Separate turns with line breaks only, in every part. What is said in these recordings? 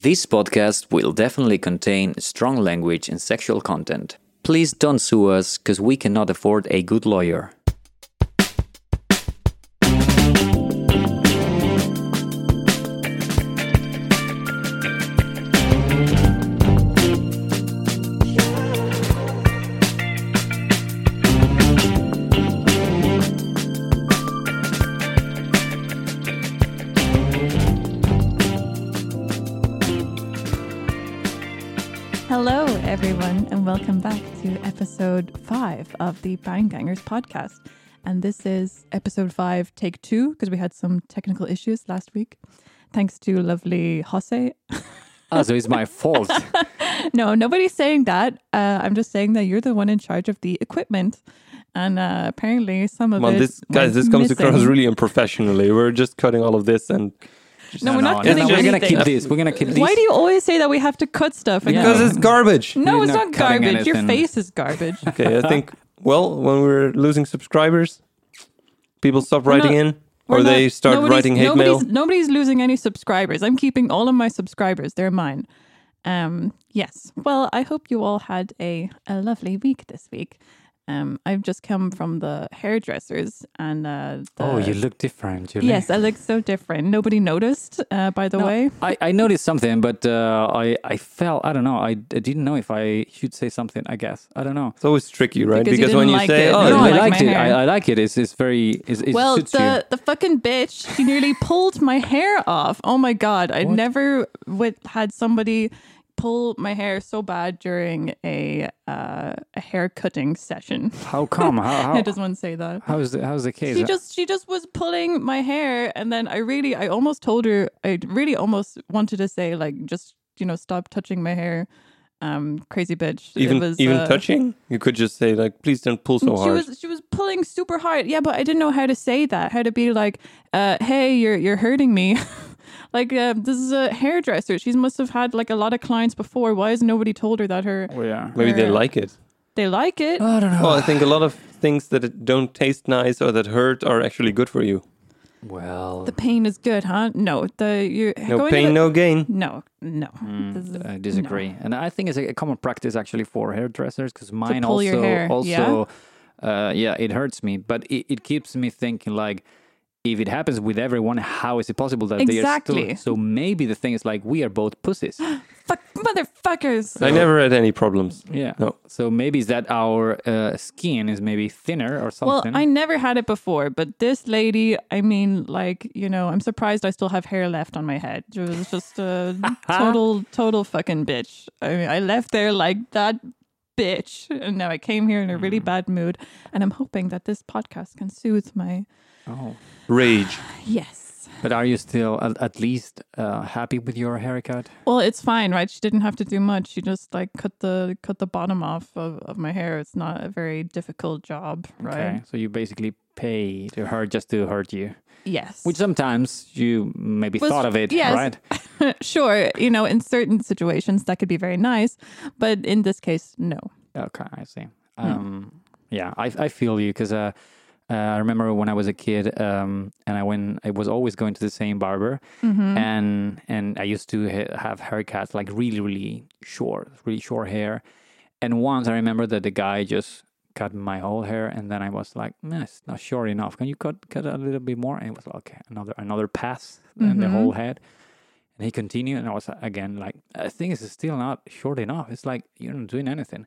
This podcast will definitely contain strong language and sexual content. Please don't sue us because we cannot afford a good lawyer.
Hello, everyone, and welcome back to episode five of the Bang Gangers podcast. And this is episode five, take two, because we had some technical issues last week. Thanks to lovely Jose.
Ah, so it's my fault.
No, nobody's saying that. Uh, I'm just saying that you're the one in charge of the equipment, and uh, apparently some of
Man,
it
this guys,
went
this comes
missing.
across really unprofessionally. We're just cutting all of this, and
No, we're not
No,
cutting
no, we're gonna
anything.
keep this. We're gonna keep this.
Why do you always say that we have to cut stuff? and
Yeah.
go-
because it's garbage.
no,
You're
it's
not
not
cutting
garbage. Your
anything.
face is garbage.
Okay, I think. Well, when we're losing subscribers, people stop writing
not-
in,
We're
or they
not-
start
nobody's-
writing hate mail.
nobody's, Nobody's losing any subscribers. I'm keeping all of my subscribers. They're mine. Um, yes. Well, I hope you all had a, a lovely week this week. Um, I've just come from the hairdressers and uh, the,
Oh, you look different, Julie.
yes, I look so different. Nobody noticed, uh, by the way.
I, I noticed something, but uh, I I felt I don't know. I, I didn't know if I should say something. I guess I don't know.
It's always tricky, right?
Because you
when
didn't
you
like
say,
it.
"Oh,
You
no,
don't
it's
I
like my
liked it.
hair.
I, I like it. It's it's very it's, it
well,
suits
the the fucking bitch, she nearly pulled my hair off. Oh my god, I never would had somebody pull my hair so bad during a uh, a hair cutting session.
you. How come? How
I
Oh.
how,
just want to say that.
how's the, how's the case?
She just she just was pulling my hair, and then I really I almost told her I really almost wanted to say like just you know stop touching my hair, um crazy bitch.
even
it was,
even
uh,
touching." You could just say, "Like, please don't pull so
she
hard."
was she was pulling super hard. Yeah, but I didn't know how to say that. How to be like, uh, "Hey, you're you're hurting me." like uh, this is a hairdresser. She must have had like a lot of clients before. Why has nobody told her that her
Oh, yeah.
Maybe they
her-
like it.
they like it?
I don't know.
Oh, I think a lot of things that don't taste nice or that hurt are actually good for you.
Well,
the pain is good, huh? No, the you
No pain, no gain.
no no This is-
Mm, I disagree, and I think it's a, a common practice actually for hairdressers because mine
pull
also
your hair,
also yeah? Uh, yeah it hurts me, but it, it keeps me thinking like if it happens with everyone, how is it possible that they
Exactly.
are still? So maybe the thing is like we are both pussies.
Fuck motherfuckers.
I never had any problems.
yeah.
No.
So maybe is that our uh, skin is maybe thinner or
Well,
something.
I never had it before, but this lady, I mean, like, you know, I'm surprised I still have hair left on my head. She was just a total, total fucking bitch. I mean, I left there like that bitch. And now I came here in a
Hmm.
really bad mood. And I'm hoping that this podcast can soothe my.
oh.
Rage.
Yes.
But are you still at, at least uh, happy with your haircut?
Well, it's fine, right? She didn't have to do much. She just like cut the cut the bottom off of, of my hair. It's not a very difficult job, right?
Okay. So you basically pay to her just to hurt you.
Yes.
Which sometimes you maybe
Was-
thought of it,
yes.
right?
sure, you know, in certain situations that could be very nice, but in this case, no.
Okay, I see. Um, Yeah, I, I feel you because uh, uh, I remember when I was a kid um, and I went, I was always going to the same barber, and and I used to ha- have haircuts like really really short, really short hair. And once I remember that the guy just cut my whole hair, and then I was like, "Nah, it's not short enough. Can you cut cut a little bit more?" And it was like, okay, another another pass and the whole head. And he continued, and I was again like, I think it's still not short enough. It's like you're not doing anything.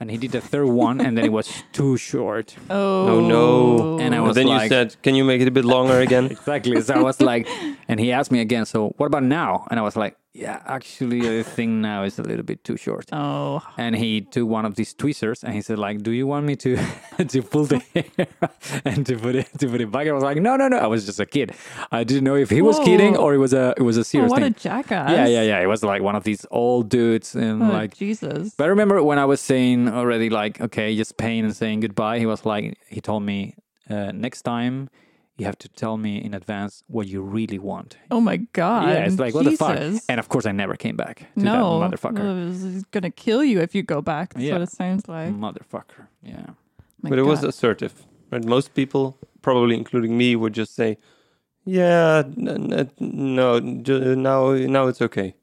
And he did the third one, and then it was too short.
Oh,
Oh no!
And I was
then
like-
you said, "Can you make it a bit longer again?"
Exactly. So I was like, and he asked me again, so what about now? And I was like, yeah, actually, I think now is a little bit too short.
Oh,
And he took one of these tweezers and he said, like, do you want me to to pull the hair and to put it to put it back? I was like, no, no, no. I was just a kid. I didn't know if he was
Whoa. Oh,
kidding or it was a it was a serious
what a
thing.
jackass!
yeah, yeah, yeah. It was like one of these old dudes and
Oh,
like
Jesus.
but I remember when I was saying already, like, okay, just pain and saying goodbye. He was like, he told me, uh, next time you have to tell me in advance what you really want.
oh my God!
yeah, it's like, what
Jesus.
the fuck? And of course, I never came back to
no,
that motherfucker.
Well, this is gonna kill you if you go back. That's
Yeah. Mm.
what it sounds like.
Motherfucker. Yeah.
My
but it was
God.
assertive. Right? Most people, probably including me, would just say, "Yeah, n- n- no, j- now now it's okay."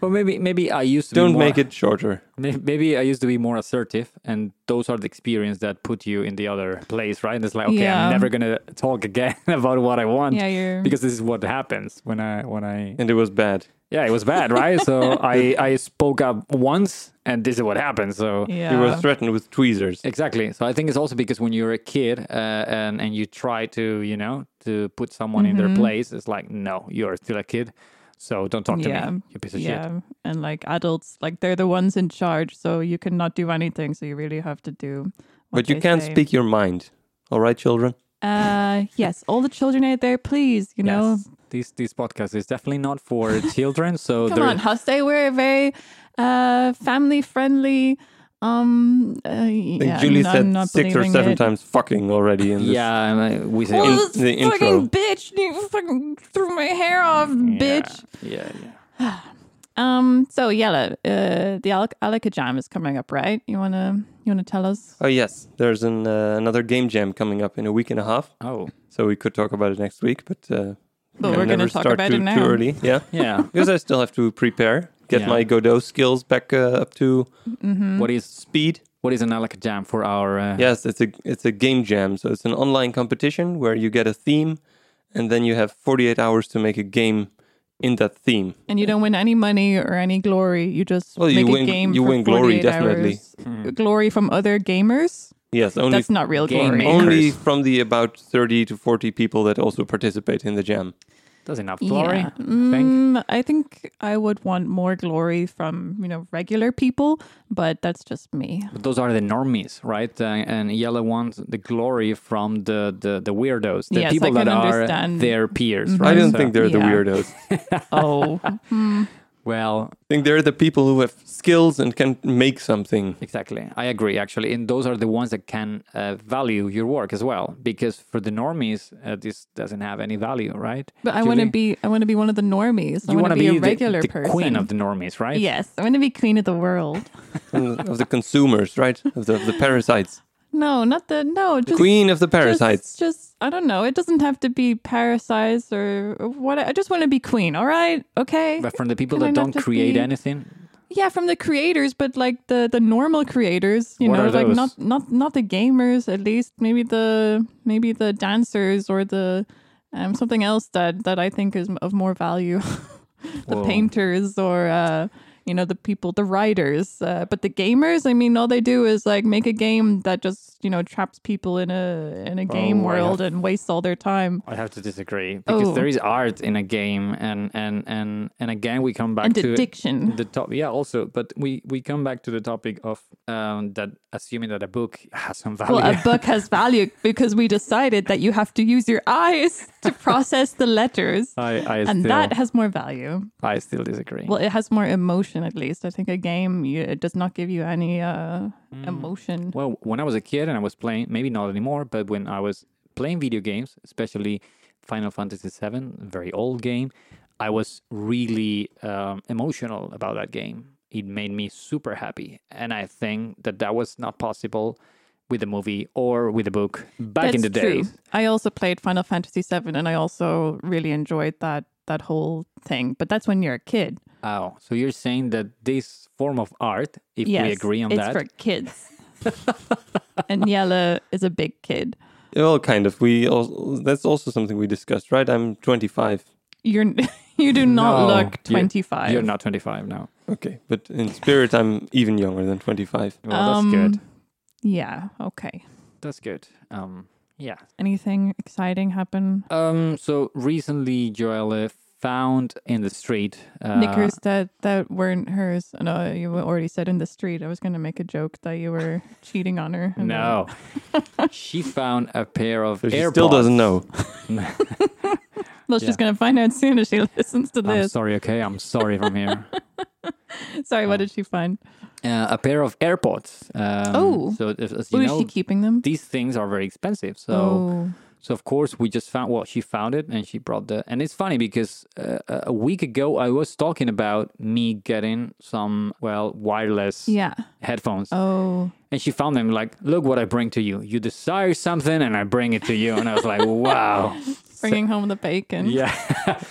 Well, maybe maybe I used to be
Don't
more-
make it shorter.
May- Maybe I used to be more assertive, and those are the experience that put you in the other place, right? And it's like, okay,
Yeah.
I'm never gonna talk again about what I want
Yeah, you're.
because this is what happens when I when I
And it was bad.
yeah, it was bad, right? so I I spoke up once, and this is what happened. So
yeah.
You were threatened with tweezers.
Exactly. So I think it's also because when you're a kid uh, and and you try to you know to put someone in
Mm-hmm.
their place, it's like no, you're still a kid, so don't talk to
Yeah.
me, you piece of shit.
yeah, and like adults, like they're the ones in charge, so you cannot do anything. So you really have to do. what
But you
they
can
say.
speak your mind. All right, children?
Uh, yes, all the children out there, please, you know,
Yes. This this podcast is definitely not for children. So
Come
there,
on, Hostay, we're very uh, family friendly. Um, uh,
I think
yeah,
Julie
I'm-
said
I'm not
six or
believing
seven
it.
times fucking already in this.
yeah, like, we say
Oh,
in-
this
the
fucking
intro.
bitch! You fucking threw my hair off,
yeah,
bitch.
Yeah, yeah.
Um, so Yella, uh, the Alec- Alaka Jam is coming up, right? You wanna you wanna tell us?
Oh, yes. There's an, uh, another game jam coming up in a week and a half.
Oh,
So we could talk about it next week, but. Uh,
But
can
we're gonna
never
talk
start
about
too,
it now.
Too early. Yeah.
yeah.
because I still have to prepare, get
Yeah.
my Godot skills back uh, up to
Mm.
What is
speed.
what is an alaka jam for our? Uh,
Yes, it's a it's a game jam, so it's an online competition where you get a theme, and then you have 48 hours to make a game in that theme.
And you don't win any money or any glory. You just
Well,
make
you
a
win-
game.
you
for
win glory,
48
definitely.
hours. Glory from other gamers.
Yes, only
That's not real
Game
glory.
maker.
only
Makers.
from the about 30 to 40 people that also participate in the jam.
that's enough glory.
Yeah.
I think.
Mm, I think I would want more glory from you know regular people, but that's just me.
But those are the normies, right? Uh, and yellow ones, the glory from the the, the weirdos, the
Yes, I
people that
can
are
understand. Mm-hmm.
their peers,
I
right?
don't
So-
think they're the
Yeah.
weirdos. I
Oh,
Well,
think they're the people who have skills and can make something.
exactly. I agree, actually, and those are the ones that can uh, value your work as well, because for the normies, uh, this doesn't have any value, right?
but I want to
Julie?
be I want to be one of the normies. I
You
want to
wanna
be, a
the-
regular
the,
person.
queen of the normies, right?
yes, I want to be queen of the world.
of the consumers, right? Of the, of the parasites.
No, not the no. Just,
Queen of the parasites.
Just, just I don't know. It doesn't have to be parasites or or what. I just want to be queen. All right, okay.
But from the people
Can I
that
not
don't
just
create
be-
anything,
Yeah, from the creators, but like the the normal creators, you
What
know,
are
like
those?
not not not the gamers. At least maybe the maybe the dancers or the um something else that that I think is of more value. the
Whoa.
painters or uh you know the people, the writers. Uh, but the gamers, I mean, all they do is like make a game that just you know traps people in a in a game
Oh, I
world and wastes all their time.
I have to disagree because
Oh.
there is art in a game, and and and and again we come back
And
to
addiction.
The top, yeah, also, but we we come back to the topic of um, that assuming that a book has some value.
Well, a book has value because we decided that you have to use your eyes to process the letters.
I I
and
still
that has more value.
I still disagree.
Well, it has more emotion, at least. I think a game you, it does not give you any uh, emotion.
Hmm. Well, when I was a kid and I was playing, maybe not anymore, but when I was playing video games, especially Final Fantasy VII, a very old game, I was really um, emotional about that game. It made me super happy, and I think that that was not possible with a movie or with a book back in the
That's
day.
True. I also played Final Fantasy VII, and I also really enjoyed that that whole thing. But that's when you're a kid.
Oh, so you're saying that this form of art, if
yes,
we agree on
it's
that,
for kids. and Yella is a big kid.
Well, kind of. We also, that's also something we discussed, right? I'm 25.
You're you do not
No,
look
you-
25.
you're not 25 now.
Okay, but in spirit, I'm even younger than 25.
Well, that's
Um,
good.
Yeah. Okay.
That's good. Um, yeah,
Anything exciting happen?
Um. So recently, Joelle found in the street. Uh,
knickers that that weren't hers. No, you already said in the street. I was gonna make a joke that you were cheating on her. and
No, she found a pair of
So she
AirPods.
still doesn't know.
then- Well, she's
Yeah.
gonna find out soon if she listens to
I'm
this.
sorry. Okay, I'm sorry from here.
Sorry, what did she find?
Uh, a pair of AirPods. Um,
Oh.
so as, as
Well,
you
is
know,
she keeping them?
these things are very expensive. So.
oh,
So of course we just found well she found it and she brought the and it's funny because uh, a week ago I was talking about me getting some well wireless
yeah.
headphones
Oh,
And she found them like, look what I bring to you. You desire something and I bring it to you. And I was like, wow.
bringing home the bacon.
yeah.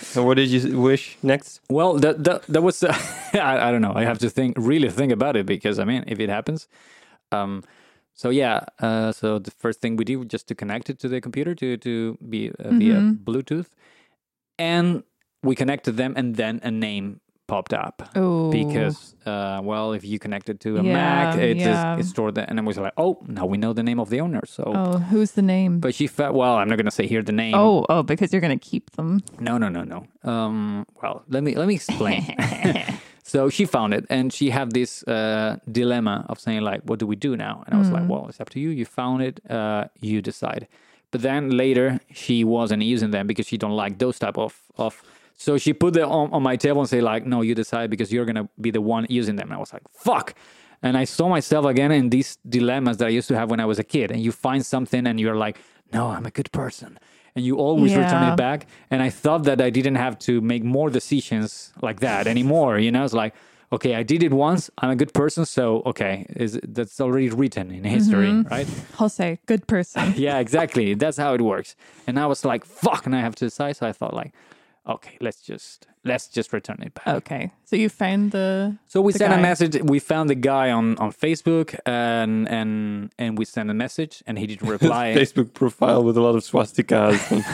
So what did you wish next?
well, that that that was. Uh, I, I don't know. I have to think really think about it because I mean, if it happens, um, so yeah. Uh, so the first thing we did was just to connect it to the computer to to be uh, via
Mm-hmm.
Bluetooth, and we connected them, and then a name popped up.
Oh,
because uh, well, if you connect it to a Mac,
Yeah,
it is
yeah.
it stored that, and then we was like, oh, now we know the name of the owner. So,
oh, who's the name?
but she felt well. I'm not gonna say here the name.
oh, oh, because you're gonna keep them.
no, no, no, no. Um, well, let me let me explain. so she found it, and she had this uh, dilemma of saying like, what do we do now? And I was like, well, it's up to you. You found it. Uh, you decide. But then later, she wasn't using them because she don't like those type of of. So she put them on, on my table and say like, no, you decide because you're gonna be the one using them. And I was like, fuck. And I saw myself again in these dilemmas that I used to have when I was a kid. And you find something and you're like, no, I'm a good person. And you always return
Yeah.
it back. And I thought that I didn't have to make more decisions like that anymore. You know, it's like, okay, I did it once. I'm a good person. So, okay, is that's already written in history,
Mm-hmm.
right?
Jose, good person.
yeah, exactly. That's how it works. And I was like, fuck, and I have to decide. So I thought like, okay, let's just let's just return it back.
Okay, so you found the.
So we
Oh, the
sent a
guy.
message. We found the guy on, on Facebook, and and and we sent a message, and he didn't reply.
Facebook profile with a lot of swastikas. and-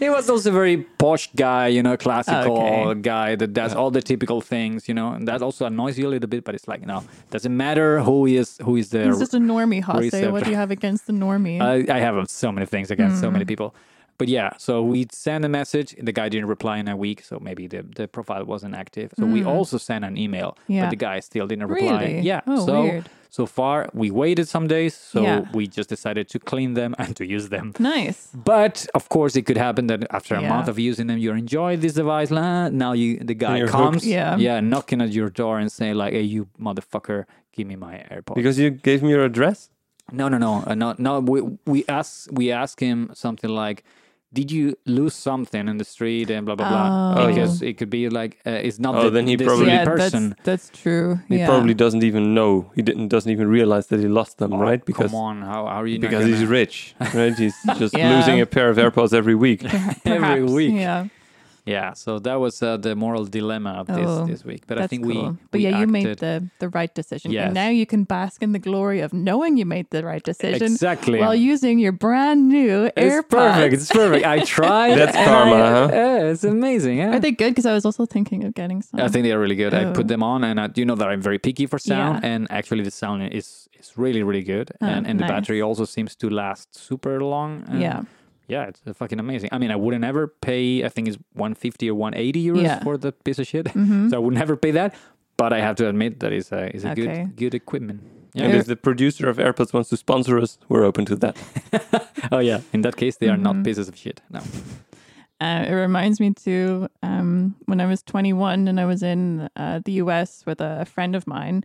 he was also a very posh guy, you know, classical
Okay.
guy that does all the typical things, you know, and that also annoys you a little bit. But it's like, no, doesn't matter who is who is the
It's just a normie, Jose.
Reset.
What do you have against the normie?
I, I have so many things against so
Mm.
many people. But yeah, so we sent a message. The guy didn't reply in a week, so maybe the, the profile wasn't active. So we also sent an email,
Mm. Yeah.
but the guy still didn't reply.
Really?
Yeah.
Oh,
so
weird.
so far we waited some days, so
Yeah.
we just decided to clean them and to use them.
nice.
But of course, it could happen that after a
Yeah.
month of using them, you enjoy this device. Lah, now you the guy
you're
comes,
hooked.
Yeah.
knocking at your door and saying like, "Hey, you motherfucker, give me my AirPods."
because you gave me your address?
No, no, no, uh, no, no. We we ask we ask him something like, "Did you lose something in the street?" and blah blah blah.
Oh. Oh, yeah.
because it could be like uh, it's not.
Oh,
the,
then he
the
probably-
same
yeah,
person.
that's that's true.
He
yeah.
probably doesn't even know. He didn't doesn't even realize that he lost them,
Oh,
right? Because
come on, how, how are you? not
because he's
gonna-
rich, right? He's just
Yeah.
losing a pair of AirPods every week.
every
Perhaps,
week.
Yeah,
yeah. So that was uh, the moral dilemma of this
Oh,
this week. But
that's
I think
cool.
we.
But
we
yeah, you made
acted-
the the right decision,
Yes.
and now you can bask in the glory of knowing you made the right decision
exactly.
while using your brand new AirPods.
It's perfect. It's perfect. I tried.
That's
and
karma,
I-
huh?
yeah, it's amazing. Yeah.
Are they good? Because I was also thinking of getting some.
I think they are really good. I
Oh.
put them on, and I, you know that I'm very picky for sound,
Yeah.
and actually the sound is is really really good, and and the
nice.
battery also seems to last super long. and
Yeah.
yeah, it's uh, fucking amazing. I mean, I wouldn't ever pay. I think it's 150 or 180 euros
Yeah.
for that piece of shit,
Mm-hmm.
so I would never pay that. But I have to admit that is a is a
Okay.
good good equipment.
And
Yeah.
if the producer of AirPods wants to sponsor us, we're open to that.
Oh yeah. In that case, they are not pieces of shit. No.
Uh, it reminds me too um, when I was 21 and I was in uh, the US with a friend of mine,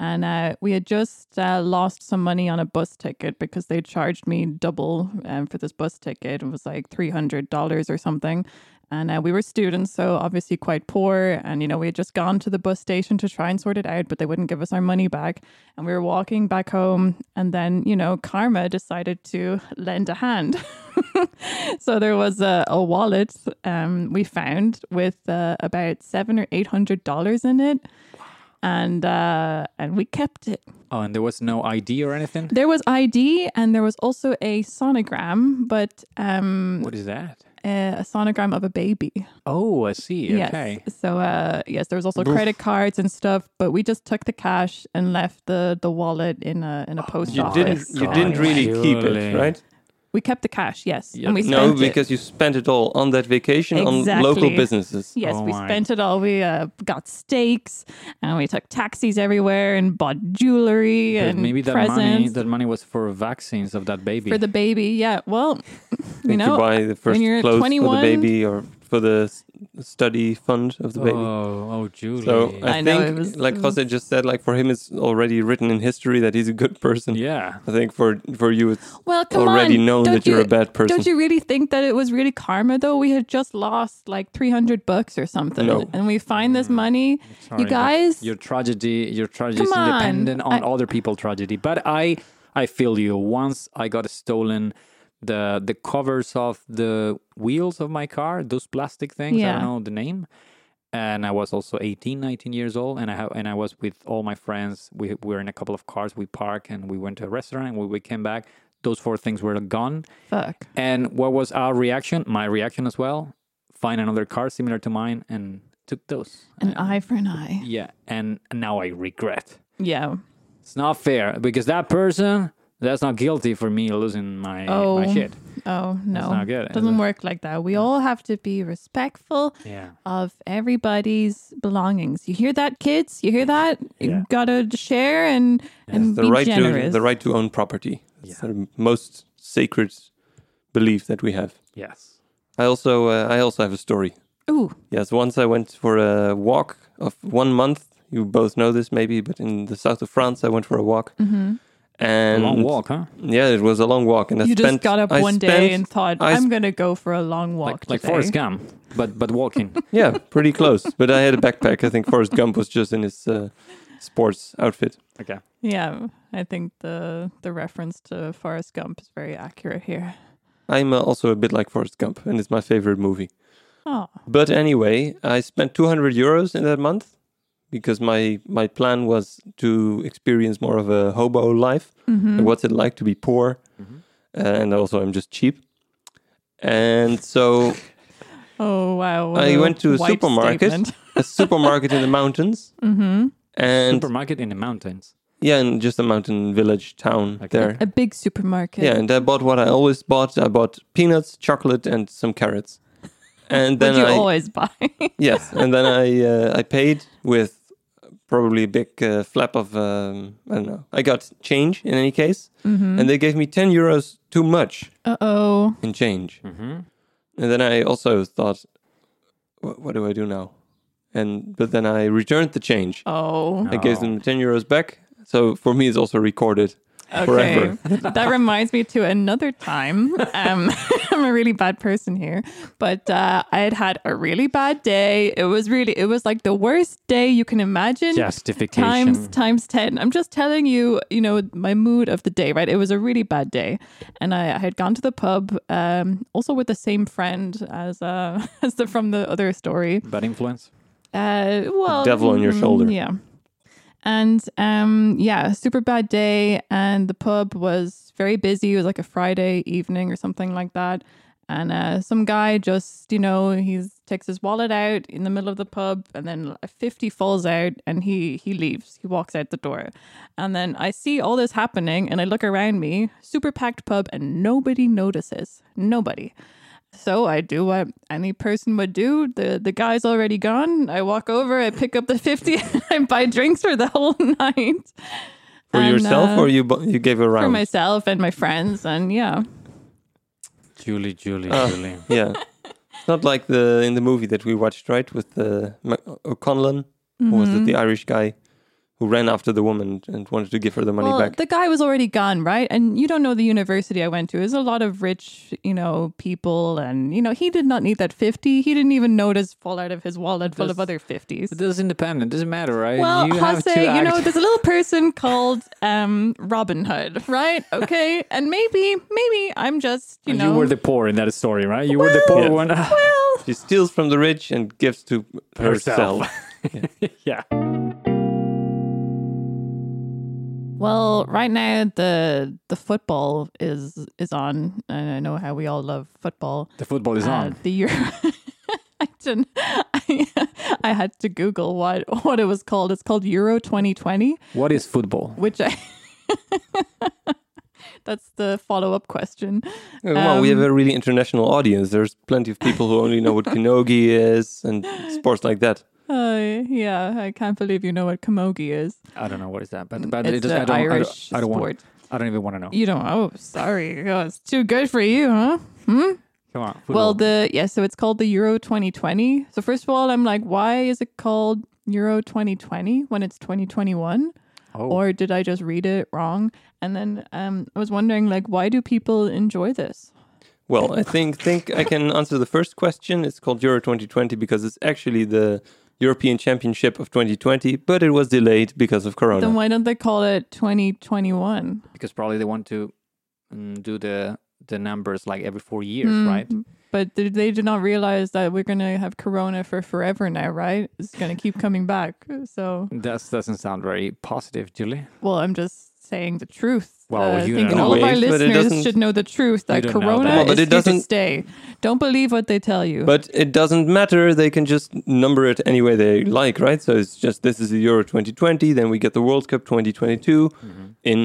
and uh, we had just uh, lost some money on a bus ticket because they charged me double um, for this bus ticket. It was like $300 or something. And uh, we were students, so obviously quite poor. And, you know, we had just gone to the bus station to try and sort it out, but they wouldn't give us our money back. And we were walking back home. And then, you know, Karma decided to lend a hand. so there was a, a wallet um, we found with uh, about seven or eight hundred dollars in it. And uh, and we kept it.
Oh, and there was no ID or anything.
There was ID, and there was also a sonogram, but um, eh,
What is that?
a, a sonogram of a baby.
Oh, I see. Okay.
Yes. So uh, yes, there was also credit cards and stuff, but we just took the cash and left the, the wallet in a in a post
You
office.
didn't you didn't really keep
Surely.
it, right?
We kept the cash, yes,
Yeah.
and we
No,
spent it.
because you spent it all on that vacation on local
Exactly.
businesses.
Yes,
Oh
we
my.
spent it all. We uh, got steaks, and we took taxis everywhere, and bought jewelry
But
and
maybe that
presents
money that money was for vaccines of that baby.
for the baby. Yeah, well, you
you
know,
buy the first
you're
clothes for
21
the baby or for the s- study fund of the baby.
Oh, oh, Julie.
So I,
I know,
think,
it was-
like
it
Jose just said, like for him, it's already written in history that he's a good person.
yeah.
I think for for you, it's
well, come
already
on.
known
don't
that you're a bad person.
Don't you really think that it was really karma though? We had just lost like three hundred bucks or something,
No.
and we find this money.
Mm. Sorry,
you
but
guys,
your tragedy, your tragedy is
Come on.
dependent on
I-
other people's tragedy. But I, I feel you. Once I got stolen the the covers of the wheels of my car, those plastic things. I
Yeah.
don't know the name. And I was also 18, 19 years old, and I ha- and I was with all my friends. We were in a couple of cars. We parked and we went to a restaurant. And when we came back, those four things were gone.
Fuck.
And what was our reaction? My reaction as well. Find another car similar to mine and took those.
An eye for an eye.
Yeah, and now I regret.
Yeah.
It's not fair because that person that's not guilty for me losing my
Oh,
my shit.
Oh no.
not good, is
Doesn't
it? Mm.
work like that. We all have to be respectful
Yeah.
of everybody's belongings. You hear that, kids? You hear that?
Yeah.
You gotta share and, and
the
be
right
generous.
to the right to own property. It's the most sacred belief that we have.
Yes.
I also uh, I also have a story.
Ooh.
Yes, once I went for a walk of one month. You both know this maybe, but in the south of France, I went for a walk. And
Long walk, huh?
Yeah, it was a long walk, and I
Mm-hmm. You just
spent,
got up
I
one
spent-
day and thought,
I
I am
sp-
gonna go for a long walk.
Like like
today."
Forrest Gump, but but walking.
yeah, pretty close. But I had a backpack. I think Forrest Gump was just in his uh, sports outfit.
okay.
Yeah. I think the the reference to Forrest Gump is very accurate here.
I'm uh, also a bit like Forrest Gump, and it's my favorite movie.
Oh.
But anyway, I spent 200 euros in that month because my my plan was to experience more of a hobo life.
Mm-hmm.
and What's it like to be poor? Uh, and also, I'm just cheap. And so,
Oh wow. what
I
a
went to a
white
supermarket.
statement. Mm-hmm.
a supermarket in the mountains, and
Supermarket in the mountains.
yeah, in just a mountain village town
Okay.
there.
A big supermarket.
Yeah, and I bought what I always bought. I bought peanuts, chocolate, and some carrots. And
What
then
you
I
always buy.
yes, and then I uh, I paid with probably a big uh, flap of um, I don't know. I got change in any case,
Mm-hmm.
and they gave me ten euros too much
uh oh.
in change.
Mm-hmm.
And then I also thought, "Wh- what do I do now? And but then I returned the change.
Oh.
I gave them ten euros back. So for me, it's also recorded.
Okay.
forever.
that reminds me to another time. Um, I'm a really bad person here, but uh, I had had a really bad day. It was really, it was like the worst day you can imagine.
Justification.
Times times ten. I'm just telling you, you know, my mood of the day. Right, it was a really bad day, and I, I had gone to the pub, um, also with the same friend as uh, as the from the other story.
Bad influence.
Uh, well,
devil on your
mm,
shoulder.
Yeah, and um, yeah, super bad day, and the pub was very busy. It was like a Friday evening or something like that, and uh, some guy just you know he's takes his wallet out in the middle of the pub, and then a fifty falls out, and he he leaves. He walks out the door, and then I see all this happening, and I look around me, super packed pub, and nobody notices. Nobody. So I do what any person would do. The the guy's already gone. I walk over, I pick up the 50 and I buy drinks for the whole night
For
And,
yourself,
uh,
or you bu- you gave a
for
round?
myself and my friends and yeah.
Julie, Julie,
Oh.
Julie.
yeah. It's not like the in the movie that we watched, right? With the Ma- O'Connellan, or was
Mm-hmm.
it the Irish guy who ran after the woman and wanted to give her the money
well,
back?
the guy was already gone, right? And you don't know the university I went to. There's a lot of rich, you know, people and you know, he did not need that 50. He didn't even notice fall out of his wallet full of other
That's-
50s.
It doesn't depend. It doesn't matter, right?
Well,
have to
Jose, you know,
act-
there's a little person called um, Robin Hood, right? Okay, and maybe, maybe I'm just, you
you,
know,
were the poor in that story, right? You were the poor
Well-
one.
well,
she steals from the rich and gives to herself.
Herself. yeah.
well, right now the the football is is on, and I know how we all love football.
The football is
Uh,
on.
the Euro. I didn't. I, I had to Google what what it was called. It's called Euro 2020,
What is football?
which I. That's the follow up question.
Uh, well, we have
Um,
a really international audience. There's plenty of people who only know what kinogi is and sports like that.
Uh, yeah, I can't believe you know what camogie is.
I don't know what is that, but but
it's
it doesn't.
the
I don't,
Irish
I don't, I don't
sport.
want. I don't even want to know.
You don't. Oh, sorry. Oh, it's too good for you, huh? Hmm?
Come on. Football.
Well, the yeah. So it's called the Euro 2020. So first of all, I'm like, why is it called Euro 2020 when it's 2021?
oh,
Or did I just read it wrong? And then um, I was wondering, like, why do people enjoy this?
Well, I think think I can answer the first question. It's called Euro 2020 because it's actually the European Championship of 2020, but it was delayed because of Corona.
Then why don't they call it 2021?
because probably they want to mm, do the the numbers like every four years,
Mm.
right?
But th- they did not realize that we're going to have Corona for forever now, right? It's going to keep coming back. So,
That doesn't sound very positive, Julie.
well, I'm just saying the truth.
Well,
Uh, I
you
think
don't
all
know.
of our
Wait, but it
listeners
doesn't-
should know the truth that
don't know that.
Corona
Well,
but
is
it
here to
doesn't-
stay. Don't believe what they tell you.
But it doesn't matter. They can just number it any way they like, right? So it's just this is the Euro 2020, then we get the World Cup 2022
Mm-hmm.
in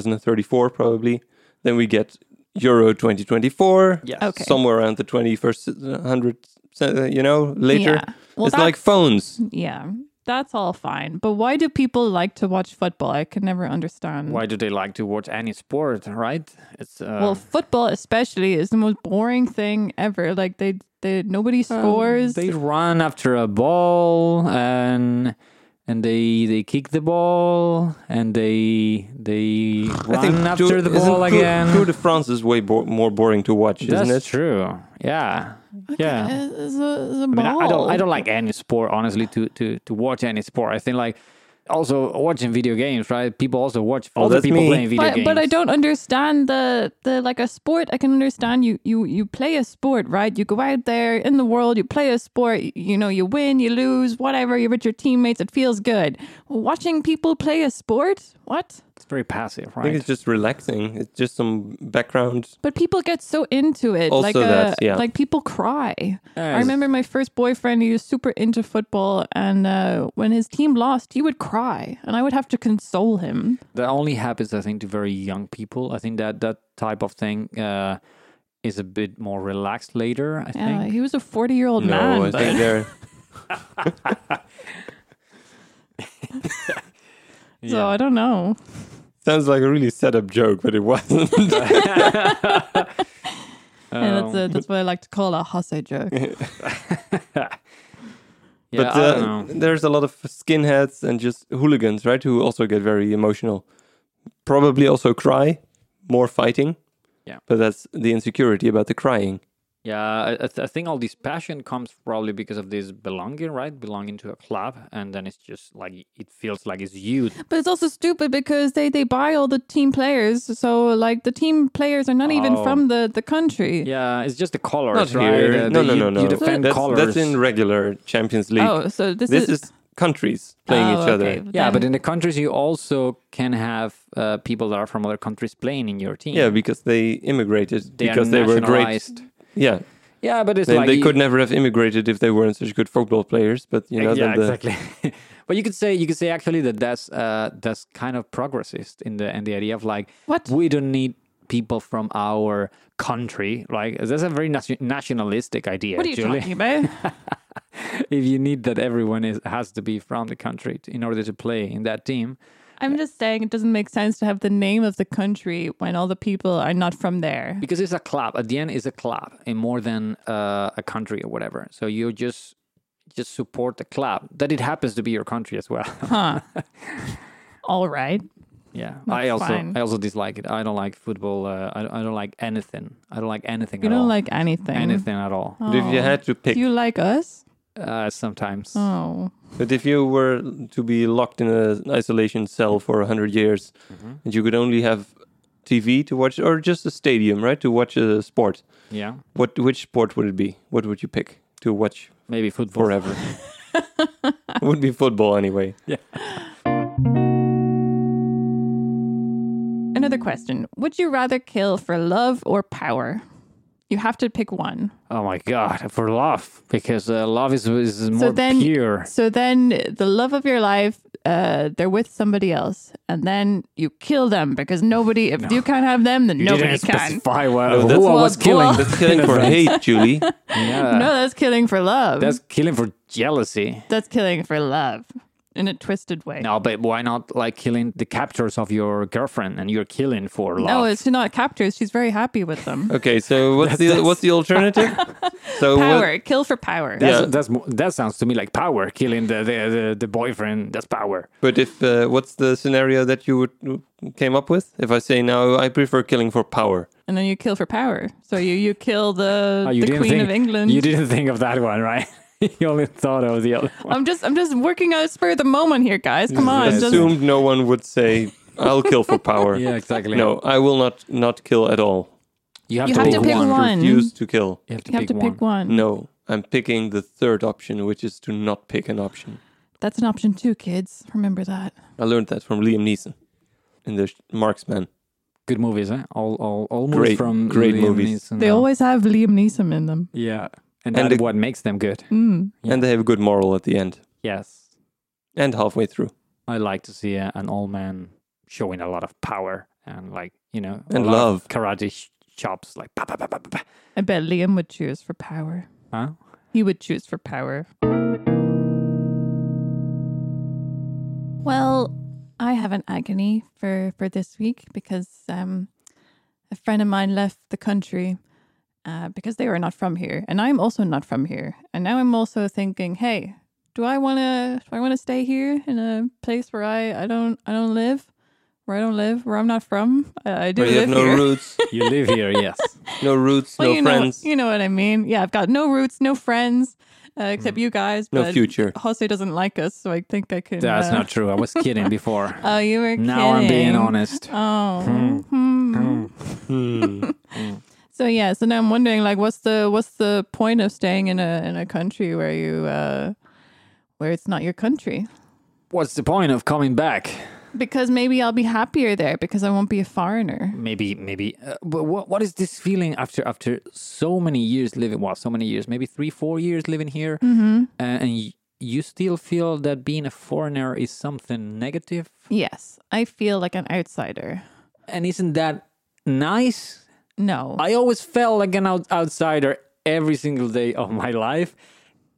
2034, probably. Then we get Euro 2024,
Yes.
Okay.
somewhere around the 21st hundred, uh, you know, later.
Yeah. Well,
it's like phones.
yeah, that's all fine. But why do people like to watch football? I can never understand.
Why do they like to watch any sport, right? It's uh,
Well, football especially is the most boring thing ever. Like they, they nobody scores.
They run after a ball and and they they kick the ball and they they run after
Tour-
the
isn't
ball
Tour-
again.
Tour de France is way bo- more boring to watch,
That's
isn't it?
true. Yeah. Yeah.
It's- it's a- it's a
I mean, I- I
ball.
don't I don't like any sport honestly to to to watch any sport. I think like also watching video games, right? People also watch other
Oh, that's
people
me.
playing video
but,
games.
but I don't understand the the like a sport. I can understand you you you play a sport, right? You go out there in the world, you play a sport. You, you know, you win, you lose, whatever. You're with your teammates. It feels good. Watching people play a sport, what?
It's very passive,
I think
right?
it's just relaxing. It's just some background.
But people get so into it.
Also
like uh,
that, yeah.
like people cry. I
Yes.
remember my first boyfriend, he was super into football and uh, when his team lost, he would cry and I would have to console him.
That only happens, I think, to very young people. I think that that type of thing uh, is a bit more relaxed later. I
Yeah,
think.
he was a 40-year-old man.
no, I
but-
think they're.
So I don't know.
Sounds like a really set up joke, but it wasn't.
Um,
yeah, that's a, that's what I like to call a hussy joke.
Yeah,
but
I
uh,
don't know.
there's a lot of skinheads and just hooligans, right? Who also get very emotional. Probably also cry, more fighting.
Yeah.
But that's the insecurity about the crying.
Yeah, I, I th- I think all this passion comes probably because of this belonging, right? Belonging to a club, and then it's just like it feels like it's you.
But it's also stupid because they, they buy all the team players. So like the team players are not even
Oh.
from the, the country.
Yeah, it's just the colors,
Not
right?
here.
Uh,
no,
the-
no,
you-
no, no.
You defend
that's,
colors.
that's in regular Champions League.
Oh, so this,
this is countries playing
Oh,
each other.
okay.
yeah,
Then-
but in the countries you also can have uh, people that are from other countries playing in your team.
Yeah, because they immigrated
they
because
are
they were great.
nationalized.
Yeah,
Yeah, but it's
they,
like
they
you-
could never have immigrated if they weren't such good football players. But you know,
Ex- yeah,
then the,
exactly. but you could say you could say actually that that's uh, that's kind of progressist in the in the idea of like
What?
we don't need people from our country. Like that's a very nation- nationalistic idea.
what are you
Julie.
talking about?
If you need that everyone is has to be from the country to, in order to play in that team.
I'm just saying it doesn't make sense to have the name of the country when all the people are not from there.
because it's a club at the end it's a club and more than uh, a country or whatever so you just just support the club that it happens to be your country as well
Huh. all right.
yeah i also
fine.
i also dislike it i don't like football uh, I, don't- I don't like anything i don't like anything
You
at
don't
all
like anything.
anything at all
but if you had to pick,
Do you like us?
uh, sometimes
Oh.
but if you were to be locked in an isolation cell
Mm-hmm.
for hundred years, and you could only have TV to watch or just a stadium, right, to watch a sport,
yeah
what which sport would it be? What would you pick to watch
maybe football
forever? would be football anyway.
Another question. Would you rather kill for love or power? You have to pick one.
oh my god for love because uh, love is, is more
then-
pure
So then the love of your life, uh, they're with somebody else, and then you kill them because nobody, if you can't have them, then
you
nobody
didn't
can.
specify wha-
No,
who
Oh, that's-
I was
Well,
killing.
well-
That's killing for hate, Julie.
Yeah.
No, that's killing for love.
uh, That's killing for jealousy.
That's killing for love in a twisted way.
No, but why not like killing the captors of your girlfriend and you're killing for love?
No, it's not captors. She's very happy with them.
Okay, so what's the what's the alternative? So what-
Power, kill for power.
that's,
yeah.
that's mo- that sounds to me like power. Killing the the, the, the boyfriend, that's power.
But if uh, what's the scenario that you would came up with? If I say now I prefer killing for power,
And then you kill for power. So you, you kill the,
Oh, you
the
didn't
Queen
think,
of England.
You didn't think of that one, right? you only thought of the other one.
I'm just I'm just working on a spur of the moment here, guys. Come
I
on. Just,
assumed no
Oh.
one would say I'll kill for power.
exactly.
No, I will not not kill at all.
You have
You
to
have
pick,
to pick
one.
one.
Refuse to kill.
You have to
You have
pick
to
one.
pick one.
No, I'm picking the third option, which is to not pick an option.
That's an option too, kids. Remember that.
I learned that from Liam Neeson in the sh- Marksman.
Good movies, eh? All, all, all movies
Great-
from
great
Liam
movies.
Neeson,
They
uh,
always have Liam Neeson in them.
yeah,
And
and, that's
the-
what makes them good.
Mm.
Yeah.
And they have a good moral at the end
Yes,
and halfway through.
I like to see a, an old man showing a lot of power and like you know a
And
lot of
love.
karate sh- chops, like pa, pa, pa, pa, pa, pa.
I bet Liam would choose for power.
Huh?
He would choose for power. Well, I have an agony for for this week because um, a friend of mine left the country uh, because they were not from here, and I'm also not from here. And now I'm also thinking, hey, do I want to do I want to stay here in a place where I I don't I don't live, where I don't live, where I'm not from? I, I do
Where you
live
have no
here.
roots,
You live here, yes.
no roots,
Well,
no
you
friends,
Know, you know what I mean? Yeah, I've got no roots, no friends, uh,
Mm.
except you guys.
no
but
future.
Jose doesn't like us, so I think I can.
That's
uh,
not true. I was kidding before.
Oh, you were
now I'm
kidding.
being honest.
Oh. hmm.
Hmm.
So yeah, so now I'm wondering, like, what's the what's the point of staying in a in a country where you uh, where it's not your country?
What's the point of coming back?
Because maybe I'll be happier there because I won't be a foreigner.
maybe maybe uh, but what, what is this feeling after after so many years living well so many years maybe three four years living here uh, and y- you still feel that being a foreigner is something negative
Yes, I feel like an outsider.
and isn't that nice
No,
i always felt like an out- outsider every single day of my life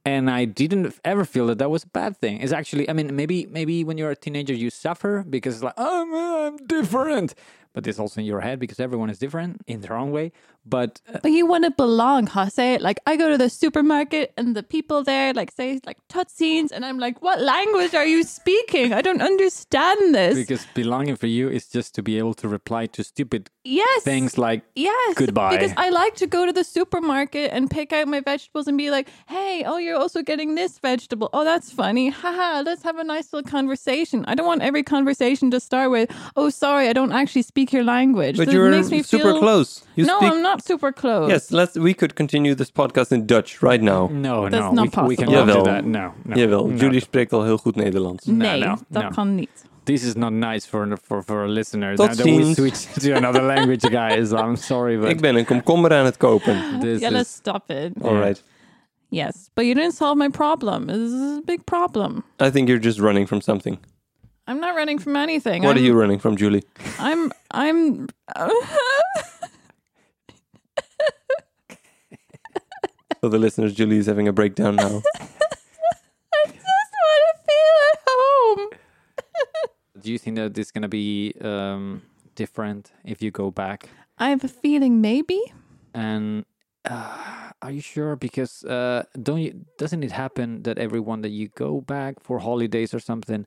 and i didn't ever feel that that was a bad thing it's actually i mean maybe maybe when you're a teenager you suffer because it's like oh man, i'm different but it's also in your head because everyone is different in their own way but
But you want to belong, Jose. Like I go to the supermarket and the people there like say like Tootsies and I'm like, what language are you speaking? I don't understand this.
Because belonging for you is just to be able to reply to stupid
yes.
things like
Yes.
Goodbye.
Because I like to go to the supermarket and pick out my vegetables and be like, hey, oh, you're also getting this vegetable. Oh, that's funny. Haha, let's have a nice little conversation. I don't want every conversation to start with, oh, sorry, I don't actually speak your language.
But
This
you're
makes me
super
feel-
close. You
no,
speak.
I'm not super close.
Yes, let's. We could continue this podcast in Dutch right now.
no,
That's
no,
not
we, we
possible.
cannot do
Jawel.
that. No, no,
Jawel,
no.
Julie spreekt al heel goed Nederlands.
Nee,
no,
dat
no.
kan niet.
This is not nice for for for our listeners.
Tot
Now that we
ziens.
switch to another language, guys. I'm sorry,
Ik
but
ben een komkommer aan het kopen.
this
yeah, let's
is
stop it.
All right.
Yes, but you didn't solve my problem. This is a big problem.
I think you're just running from something.
I'm not running from anything.
What
I'm,
are you running from, Julie?
I'm. I'm.
For the listeners, Julie is having a breakdown now.
I just want to feel at home.
Do you think that it's gonna be um, different if you go back?
I have a feeling maybe.
And uh, are you sure? Because uh, don't you, doesn't it happen that everyone that you go back for holidays or something,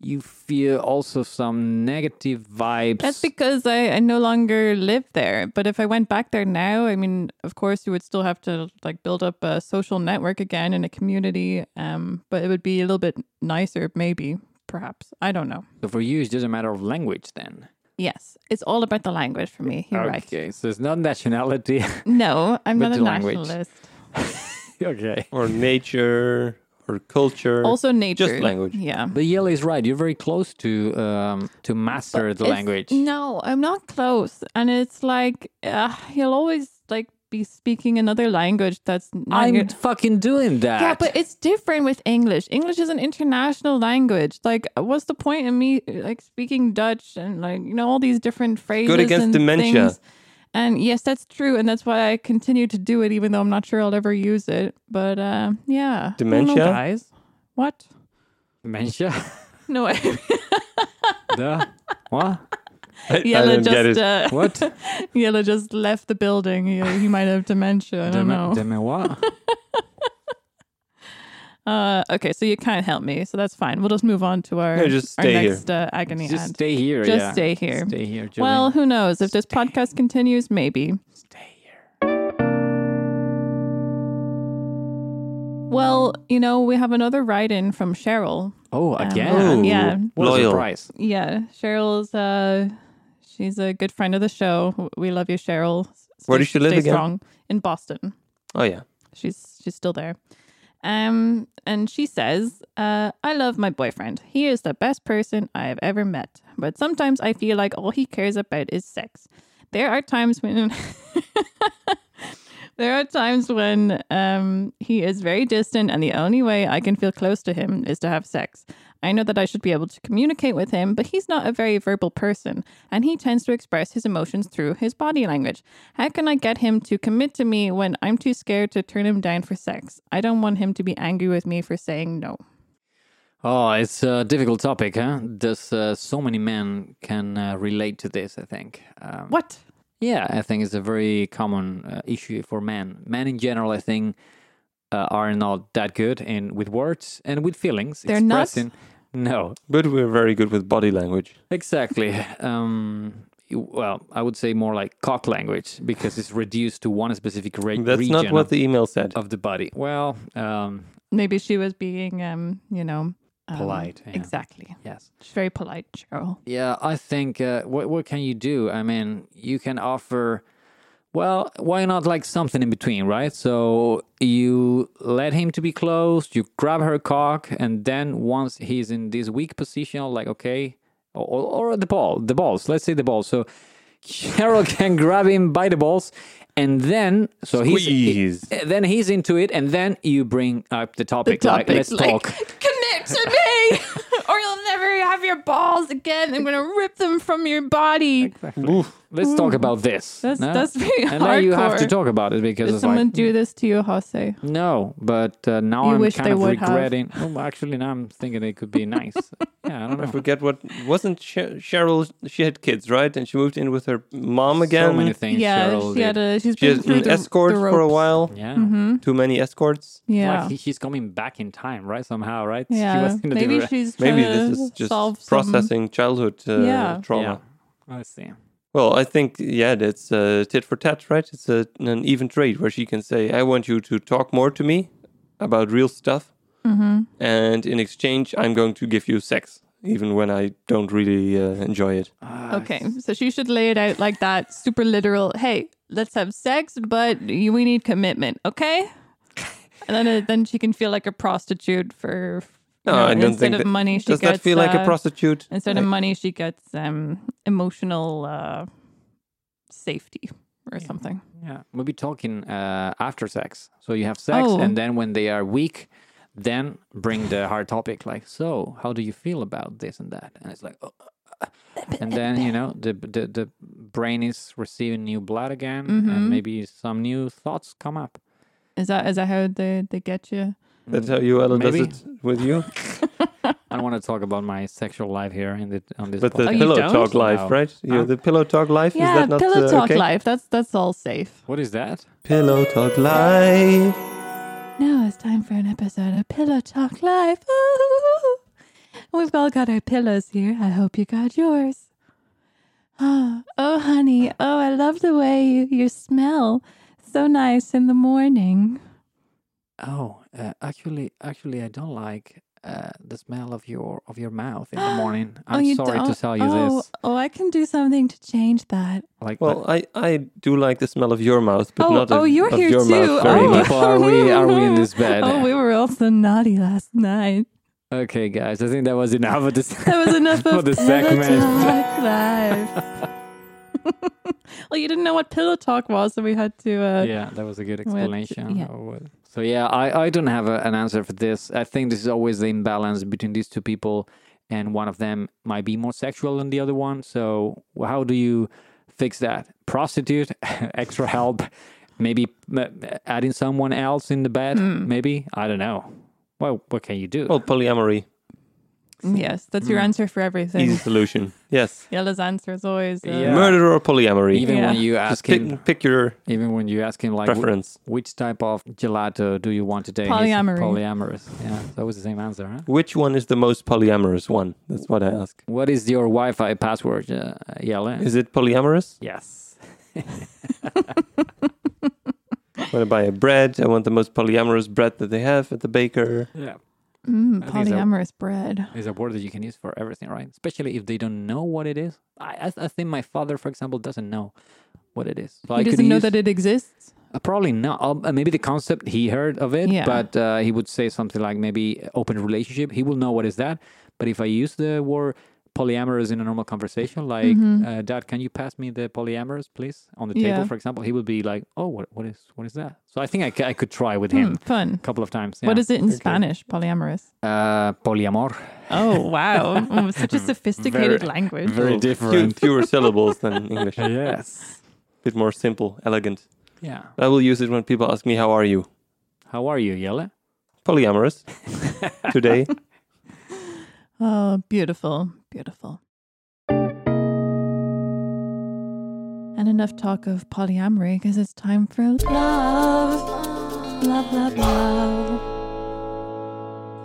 you feel also some negative vibes?
That's because I, I no longer live there. But if I went back there now, I mean, of course, you would still have to like build up a social network again and a community. Um, but it would be a little bit nicer, maybe, perhaps. I don't know.
So for you, it's just a matter of language then.
Yes, it's all about the language for me. You're right.
okay, so it's not nationality.
No, I'm
But
not a
the language.
nationalist.
okay.
Or nature, or culture.
Also, nature.
language.
Yeah.
But Yale is right. You're very close to um, to master the
It's-
language.
No, I'm not close. And it's like, uh, you'll always like be speaking another language that's not
I'm
your-
fucking doing that.
Yeah, but it's different with English. English is an international language. Like, uh, what's the point in me like speaking Dutch and like you know all these different phrases?
against
and
dementia.
things? And yes, that's true, and that's why I continue to do it, even though I'm not sure I'll ever use it. But uh, yeah, I don't know,
Dementia?
guys. What?
dementia.
No, I,
the what?
I, I
Yella
don't get
just
it.
uh,
What?
Yella just left the building. He, he might have dementia. I don't
Deme-
know.
deme- what?
Uh, okay, so you can't help me, so that's fine. We'll just move on to our,
No, just
our
stay here.
next uh, agony
Just
ad.
stay here.
Just
yeah.
stay here.
Stay here. Julie.
Well, who knows? If this podcast continues, maybe.
stay here.
Well, you know, we have another write in from Cheryl.
Oh, again.
Oh, yeah.
What a
Loyal.
surprise.
Yeah, Cheryl's, uh, she's a good friend of the show. We love you, Cheryl.
Where does
stay-
she live
stay
again?
Strong in Boston.
Oh yeah.
She's she's still there. Um, and she says, uh, "I love my boyfriend. He is the best person I have ever met. But sometimes I feel like all he cares about is sex. There are times when." There are times when um, he is very distant, and the only way I can feel close to him is to have sex. I know that I should be able to communicate with him, but he's not a very verbal person, and he tends to express his emotions through his body language. How can I get him to commit to me when I'm too scared to turn him down for sex? I don't want him to be angry with me for saying no.
Oh, it's a difficult topic, huh? There's uh, so many men can uh, relate to this. I think. Um,
What?
Yeah, I think it's a very common uh, issue for men. Men in general, I think, uh, are not that good in with words and with feelings.
They're not?
No,
But we're very good with body language.
exactly. Um, you- well, I would say more like cock language because it's reduced to one specific re-
That's
region
not what
of,
the email said.
of the body. Well, um,
Maybe she was being, um, you know, um,
Polite, yeah.
Exactly.
yes.
She's very polite, Cheryl.
Yeah, I think uh, what what can you do? I mean, you can offer. Well, why not like something in between, right? So you let him to be close, you grab her cock, and then once he's in this weak position, like okay, or, or or the ball, the balls. Let's say the balls. So Cheryl can grab him by the balls, and then so
Squeeze.
he's eh, then he's into it, and then you bring up the topic. like, let's
topics, like,
talk.
Commit to me, or you'll never have your balls again. I'm gonna rip them from your body.
Let's talk about this.
That's- that's very
And now you have to
hardcore.
talk about it because
Did
it's
someone
like
do this to you, Jose?
no, but uh, now
You
I'm
wish
kind
they
of
would have.
regretting. Well, actually, now I'm thinking it could be nice. yeah, I don't
I
know.
forget what wasn't Cher- Cheryl. She had kids, right? And she moved in with her mom again.
So many things.
yeah,
Cheryl
she had
did.
a. She's
she
been
had
through
an
the,
escort
the
for a
ropes.
while.
Yeah.
Too many escorts.
Yeah,
Like he, she's coming back in time, right? Somehow, right? She
yeah.
was in a
Maybe
different-
she's trying
Maybe
to
this is just
solve some-
processing childhood uh,
Yeah.
trauma.
Yeah. I see.
Well, I think yeah, that's uh, tit for tat, right? It's a, an even trade where she can say, "I want you to talk more to me about real stuff,
Mm-hmm.
and in exchange, I'm going to give you sex, even when I don't really uh, enjoy it."
Ah,
Okay, so she should lay it out like that, super literal. Hey, let's have sex, but you, we need commitment, okay? And then, uh, then she can feel like a prostitute for. you
No,
know,
I don't
instead
think
of
that-
money, she
Does
gets,
that feel like a
uh,
prostitute?
Instead of money, she gets um, emotional uh, safety or something.
Yeah, we'll be talking uh, after sex. So you have sex,
Oh.
and then when they are weak, then bring the hard topic like, so how do you feel about this and that? And it's like, "Oh, uh, uh." and then you know the the the brain is receiving new blood again,
Mm-hmm.
and maybe some new thoughts come up.
Is that is that how they, they get you?
That's how you Ella does
Maybe.
it with you.
I don't want to talk about my sexual life here in the on this.
But the
Oh,
podcast.
you
pillow
don't?
talk life,
No.
right? Yeah,
Huh?
the pillow talk life. is
Yeah,
that not
pillow
uh,
talk
okay?
life. That's that's all safe.
What is that?
Pillow talk life.
Now it's time for an episode of Pillow Talk Live. Ooh. We've all got our pillows here. I hope you got yours. Oh, oh honey. Oh, I love the way you, you smell. So nice in the morning.
Oh, uh, actually, actually, I don't like uh, the smell of your of your mouth in the morning.
oh,
I'm
you
sorry to
don't-
tell you
oh,
this.
Oh, I can do something to change that.
Like, but-
Well, I, I do like the smell of your mouth, but
oh,
not
oh,
of,
you're
of
here
your
too.
mouth very
Oh.
much.
much. Are we- are we in this bed?
Oh, we were all so naughty last night.
Okay, guys, I think that was enough of this.
That was enough
For
of
the
pillow
segment.
talk live. well, you didn't know what pillow talk was, so we had to. Uh,
yeah, that was a good explanation.
yeah.
of what- So yeah, I, I don't have a, an answer for this. I think this is always the imbalance between these two people, and one of them might be more sexual than the other one. So how do you fix that? Prostitute, extra help, maybe m- adding someone else in the bed.
Hmm.
Maybe I don't know. Well, what can you do?
Well, polyamory,
Yes, that's
Mm.
your answer for everything.
easy solution. Yes.
Yella's answer is always. Uh,
Yeah.
Murder or polyamory.
even
yeah.
when you
Just
ask him,
pick, pick your
even when you ask him, like wh-
preference.
Which type of gelato do you want today? And he said
Polyamory.
Polyamorous. Yeah, that was the same answer, huh?
Which one is the most polyamorous one? That's what I ask.
What is your Wi-Fi password, uh, Yellen?
Is it polyamorous?
yes.
I want to buy a bread. I want the most polyamorous bread that they have at the baker.
Yeah.
Mm,
I think so.
polyamorous bread.
It's a word that you can use for everything, right? Especially if they don't know what it is. I, I, I think my father, for example, doesn't know what it is. So I
he doesn't
could
know
use-
that it exists.
Uh, probably not. Uh, maybe the concept he heard of it,
Yeah.
but uh, he would say something like maybe open relationship. He will know what is that. But if I use the word polyamorous in a normal conversation, like uh, Dad, can you pass me the polyamorous, please, on the
Mm-hmm. Yeah.
table, for example, he would be like, Oh, what, what is what is that? So I think I, c- I could try with
Hmm,
him
fun.
a couple of times.
What
yeah.
is it in Spanish? Polyamorous.
uh, polyamor?
Oh wow, Mm, such a sophisticated
Very-
language.
Very
Oh, few-
different.
Fewer syllables than English. A
yes.
bit more simple, elegant.
Yeah.
I will use it when people ask me, How are you?
How are you, Yele?
Polyamorous. Today.
Oh, beautiful, beautiful. And enough talk of polyamory because it's time for love. Love, love, love.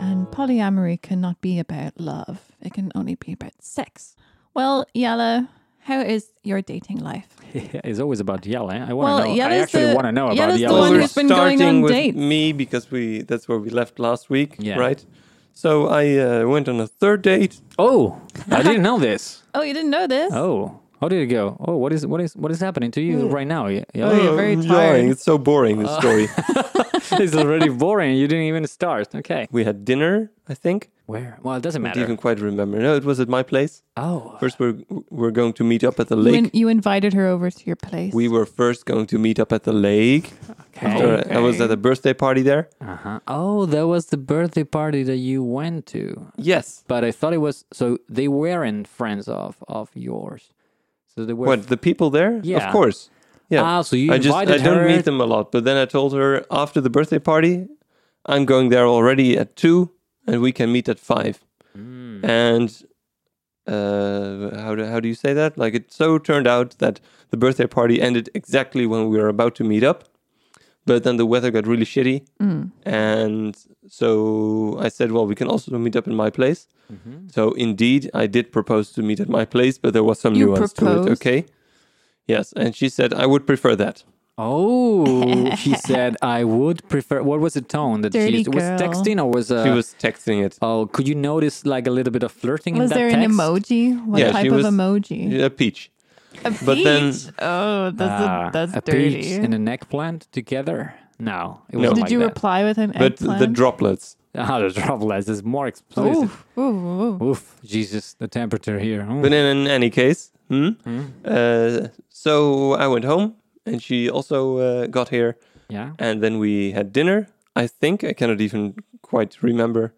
And polyamory cannot be about love, it can only be about sex. Well, Yala, how is your dating life?
it's always about Yele. I want to
Well,
know. I
Yele's
actually
the-
want to know about
Yele's the
Yele.
one
we're
who's been going
starting
on
with
dates.
me because we that's where we left last week,
Yeah.
right? So I uh, went on a third date.
Oh, I didn't know this.
Oh, you didn't know this?
Oh, how did it go? Oh, what is what is what is happening to you right now? Yeah,
Oh, you're very
I'm
tired. Uh.
dying. It's so boring this story.
it's already boring. You didn't even start. Okay,
we had dinner, I think.
where? Well, it doesn't
I don't
matter.
even quite remember. No, it was at my place.
Oh,
First, we're we're going to meet up at the
You,
lake.
in- you invited her over to your place.
We were first going to meet up at the lake.
okay.
Uh, I was at a birthday party there.
Uh-huh. Oh, that was the birthday party that you went to.
Yes.
But I thought it was so they weren't friends of of yours. So they were.
What the people there?
Yeah.
Of course. Yeah.
Ah, so you
I just I
invited
don't
her.
meet them a lot, but then I told her after the birthday party, I'm going there already at two, and we can meet at five.
Mm.
And uh, how do how do you say that? Like it so turned out that the birthday party ended exactly when we were about to meet up, but then the weather got really shitty,
Mm.
and so I said, well, we can also meet up in my place.
Mhm.
So indeed, I did propose to meet at my place, but there was some
You
nuance to it.
proposed?
Okay. Yes, and she said I would prefer that.
Oh, she said I would prefer. What was the tone that
Dirty
she used? was
girl.
texting or was? Uh,
she was texting it.
Oh, could you notice like a little bit of flirting in
Was
that
there
text?
an emoji? What
Yeah,
type
she
of
was-
emoji?
A peach.
A
But then-
peach? oh, that's
Ah,
a, that's
a
dirty.
peach and an eggplant together? No, it
No.
wasn't
Did
like
you
that.
reply with an
Oh But the
eggplant?
droplets.
Ah, the droplets is more explicit.
Oof, oof, oof.
Oof. Jesus, the temperature here. Mm.
But in, in any case, hmm?
Mm.
Uh, so I went home and she also uh, got here
Yeah.
and then we had dinner. I think I cannot even quite remember.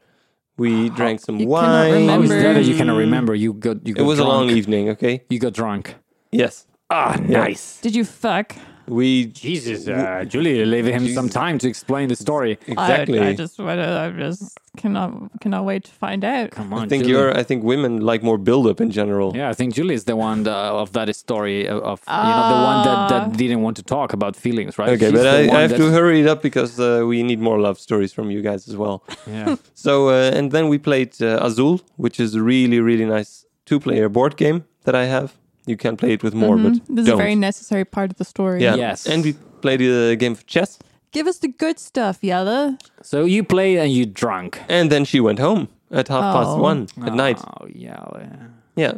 We drank some
Ah, you cannot
wine.
How is that that you cannot
Mm.
remember? You got you.
It
Got
was a
drunk.
long evening, okay?
You got drunk.
Yes.
Ah, nice.
Did you fuck?
We
Jesus, uh, Julie, leave him some time to explain the story.
exactly.
I, I
I,
just wanna- I just cannot cannot wait to find out.
Come on,
think
Julie.
you're I think women like more build up in general.
Yeah, I think Julie is the one that, of that story uh, of of, you know the one that,
Ah.
that didn't want to talk about feelings, right?
Okay,
She's
but
the
I,
one
I have to
that-
hurry it up because uh, we need more love stories from you guys as well.
Yeah.
So, uh, and then we played uh, Azul, which is a really, really nice two player board game that I have. You can play it with more,
Mhm.
but
This is
don't.
a very necessary part of the story.
yeah.
Yes.
And we played uh, a game of chess,
Give us the good stuff, Yella.
So you played and you drunk.
and then she went home at half past
Oh.
one at night.
Oh yeah. yeah.
Yeah.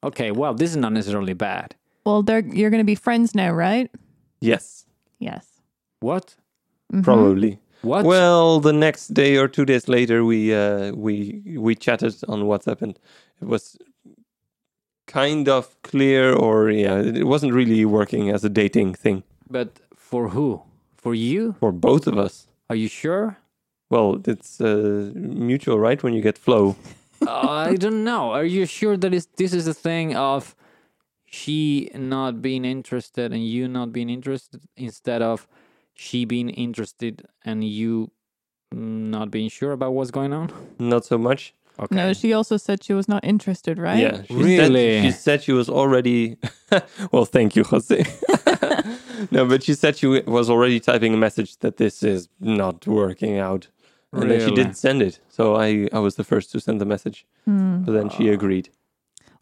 Okay. Well, this is not necessarily bad.
Well, they're, you're going to be friends now, right?
Yes,
Yes.
What?
Mm-hmm.
probably.
What?
Well, the next day or two days later, we uh, we we chatted on WhatsApp, and it was kind of clear, or yeah, it it wasn't really working as a dating thing
but for who? For you?
for both of us.
Are you sure?
Well, it's uh, mutual, right? When you get flow,
I don't know. Are you sure that is this is a thing of she not being interested and you not being interested instead of she being interested and you not being sure about what's going on?
not so much.
Okay.
No, she also said she was not interested, right?
Yeah, she
Really?
Said, she said she was already. well, thank you, Jose. no, but she said she was already typing a message that this is not working out, and then she
Really?
did send it. So I, I was the first to send the message,
Hmm.
but then she agreed.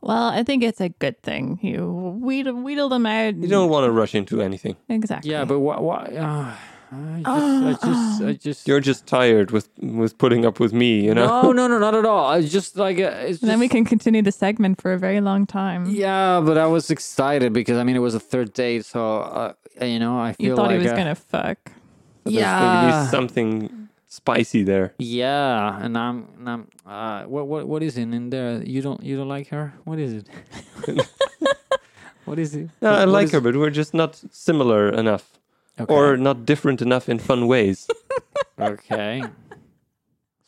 Well, I think it's a good thing. You wheedle, wheedle them out.
You don't want to rush into anything.
Exactly.
Yeah, but why? why uh, I just,
Oh,
I just, I just.
You're just tired with with putting up with me, you know.
No, no, no, not at all. I just like uh, it's.
then we
just-
can continue the segment for a very long time.
Yeah, but I was excited because I mean it was a third date, so uh, you know I feel
You thought
like
he was
uh,
gonna fuck.
So There's going to
Yeah.
be something spicy there.
Yeah, and I'm, and I'm. Uh, what, what, what is in in there? You don't, you don't like her? What is it? what is it?
No,
What-
I
what
like
is-
her, but we're just not similar enough,
Okay.
or not different enough in fun ways.
okay. Uh-huh.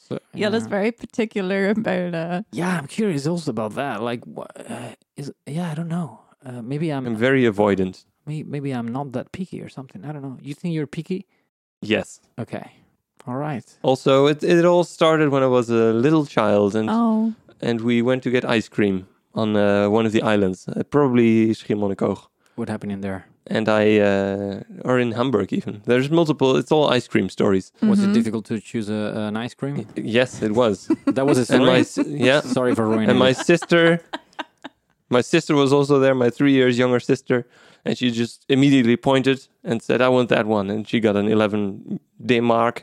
So, uh,
Yeah, that's very particular about. Uh,
Yeah, I'm curious also about that. Like, what uh, is? Yeah, I don't know. Uh, maybe I'm.
I'm very avoidant.
may- maybe I'm not that picky or something. I don't know. You think you're picky?
Yes.
Okay. All right.
Also, it it all started when I was a little child, and
oh,
and we went to get ice cream on uh, one of the islands, uh, probably Schiermonnikoog.
What happened in there?
And I, uh, or in Hamburg even. There's multiple. It's all ice cream stories.
Was it
mhm.
difficult to choose a, an ice cream?
Yes, it was.
that was a
and my
story.
s- yeah,
Sorry for ruining.
and my
it.
sister my sister was also there my three years younger sister and she just immediately pointed and said i want that one and she got an 11 denmark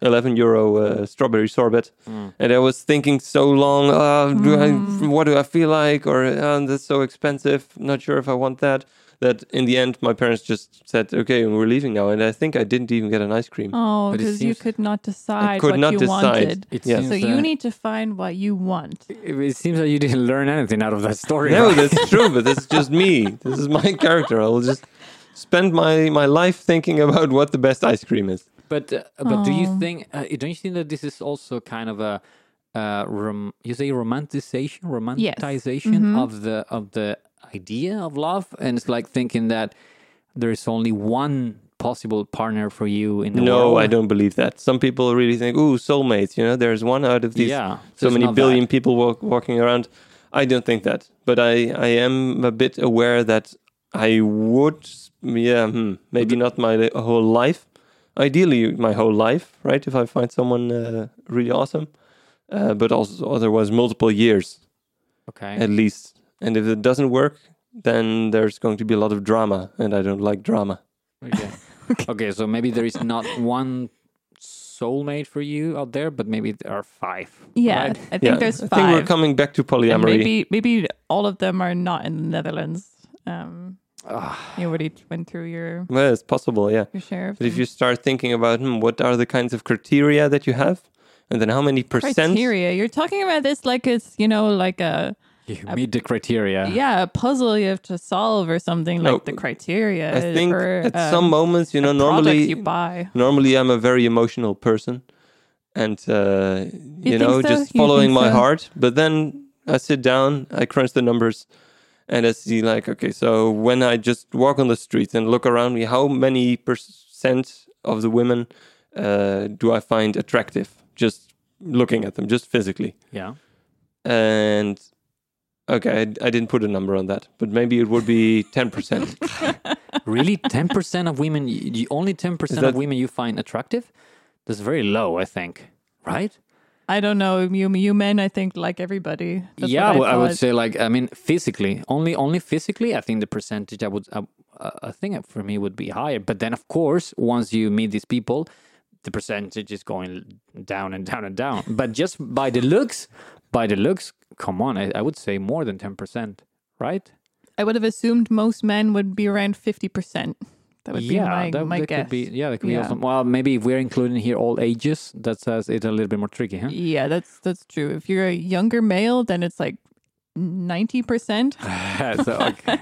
11 euro uh, strawberry sorbet
Mm.
and i was thinking so long uh, do I, what do i feel like or uh, that's so expensive not sure if i want that that in the end my parents just said okay we're leaving now and i think i didn't even get an ice cream
oh,
But it
because you
seems-
could not decide
could
what
not
you
decide.
wanted.
It
Yes.
seems
So you
that-
need to find what you want.
It it seems that you didn't learn anything out of that story.
No,
right?
that's true, but that's just me. This is my character. I will just spend my, my life thinking about what the best ice cream is.
but uh, but do you
Oh.
think? Uh, don't you think that this is also kind of a uh, rom- you say romanticization, romanticization
Mm-hmm.
of the of the idea of love, and it's like thinking that there is only one possible partner for you in the
No,
world.
I don't believe that. Some people really think, ooh, soulmates. You know, there's one out of these
Yeah,
so
it's
many
not
billion
that.
people walk, walking around. I don't think that, but I, I am a bit aware that I would, yeah, hmm, maybe not my li- whole life. Ideally, my whole life, right? If I find someone uh, really awesome, uh, but also otherwise multiple years.
Okay.
at least. And if it doesn't work, then there's going to be a lot of drama, and I don't like drama.
Okay. okay, so maybe there is not one soulmate for you out there, but maybe there are five.
Yeah,
right?
I think
yeah,
there's
I
five.
think we're coming back to
And
polyamory.
maybe maybe all of them are not in the Netherlands. Um,
Ah.
you already went through your
Well, it's possible, yeah.
your share. Of
But if
them.
you start thinking about hmm, what are the kinds of criteria that you have, and then how many percent?
criteria, you're talking about this like it's you know like a
You meet the criteria.
yeah a puzzle you have to solve or something
No,
like the criteria.
I
is-
think
or,
at
um,
some moments, you know,
a product
normally,
you buy.
normally I'm a very emotional person, and uh, you,
think
know,
so? You
just
think
following my
so?
heart. But then I sit down, I crunch the numbers, and I see like, okay, so when I just walk on the streets and look around me, how many percent of the women uh, do I find attractive? Just looking at them, just physically,
Yeah.
and okay, I, I didn't put a number on that, but maybe it would be ten percent.
Really? 10% of women, y- y- only 10% of
that-
women you find attractive? That's very low, I think. Right?
I don't know you you men. I think like everybody. That's
yeah,
what I,
well, I would
thought.
say like I mean physically, only only physically, I think the percentage I would I, I think for me would be higher. But then of course, once you meet these people, the percentage is going down and down and down. But just by the looks, by the looks, come on, I, I would say more than 10%, right?
I would have assumed most men would be around fifty percent. That would be my
that,
my
that
guess.
could be yeah, that could be
Yeah.
awesome. Well, maybe if we're including here all ages, that says it's a little bit more tricky, huh?
Yeah, that's that's true. If you're a younger male, then it's like ninety percent.
so okay.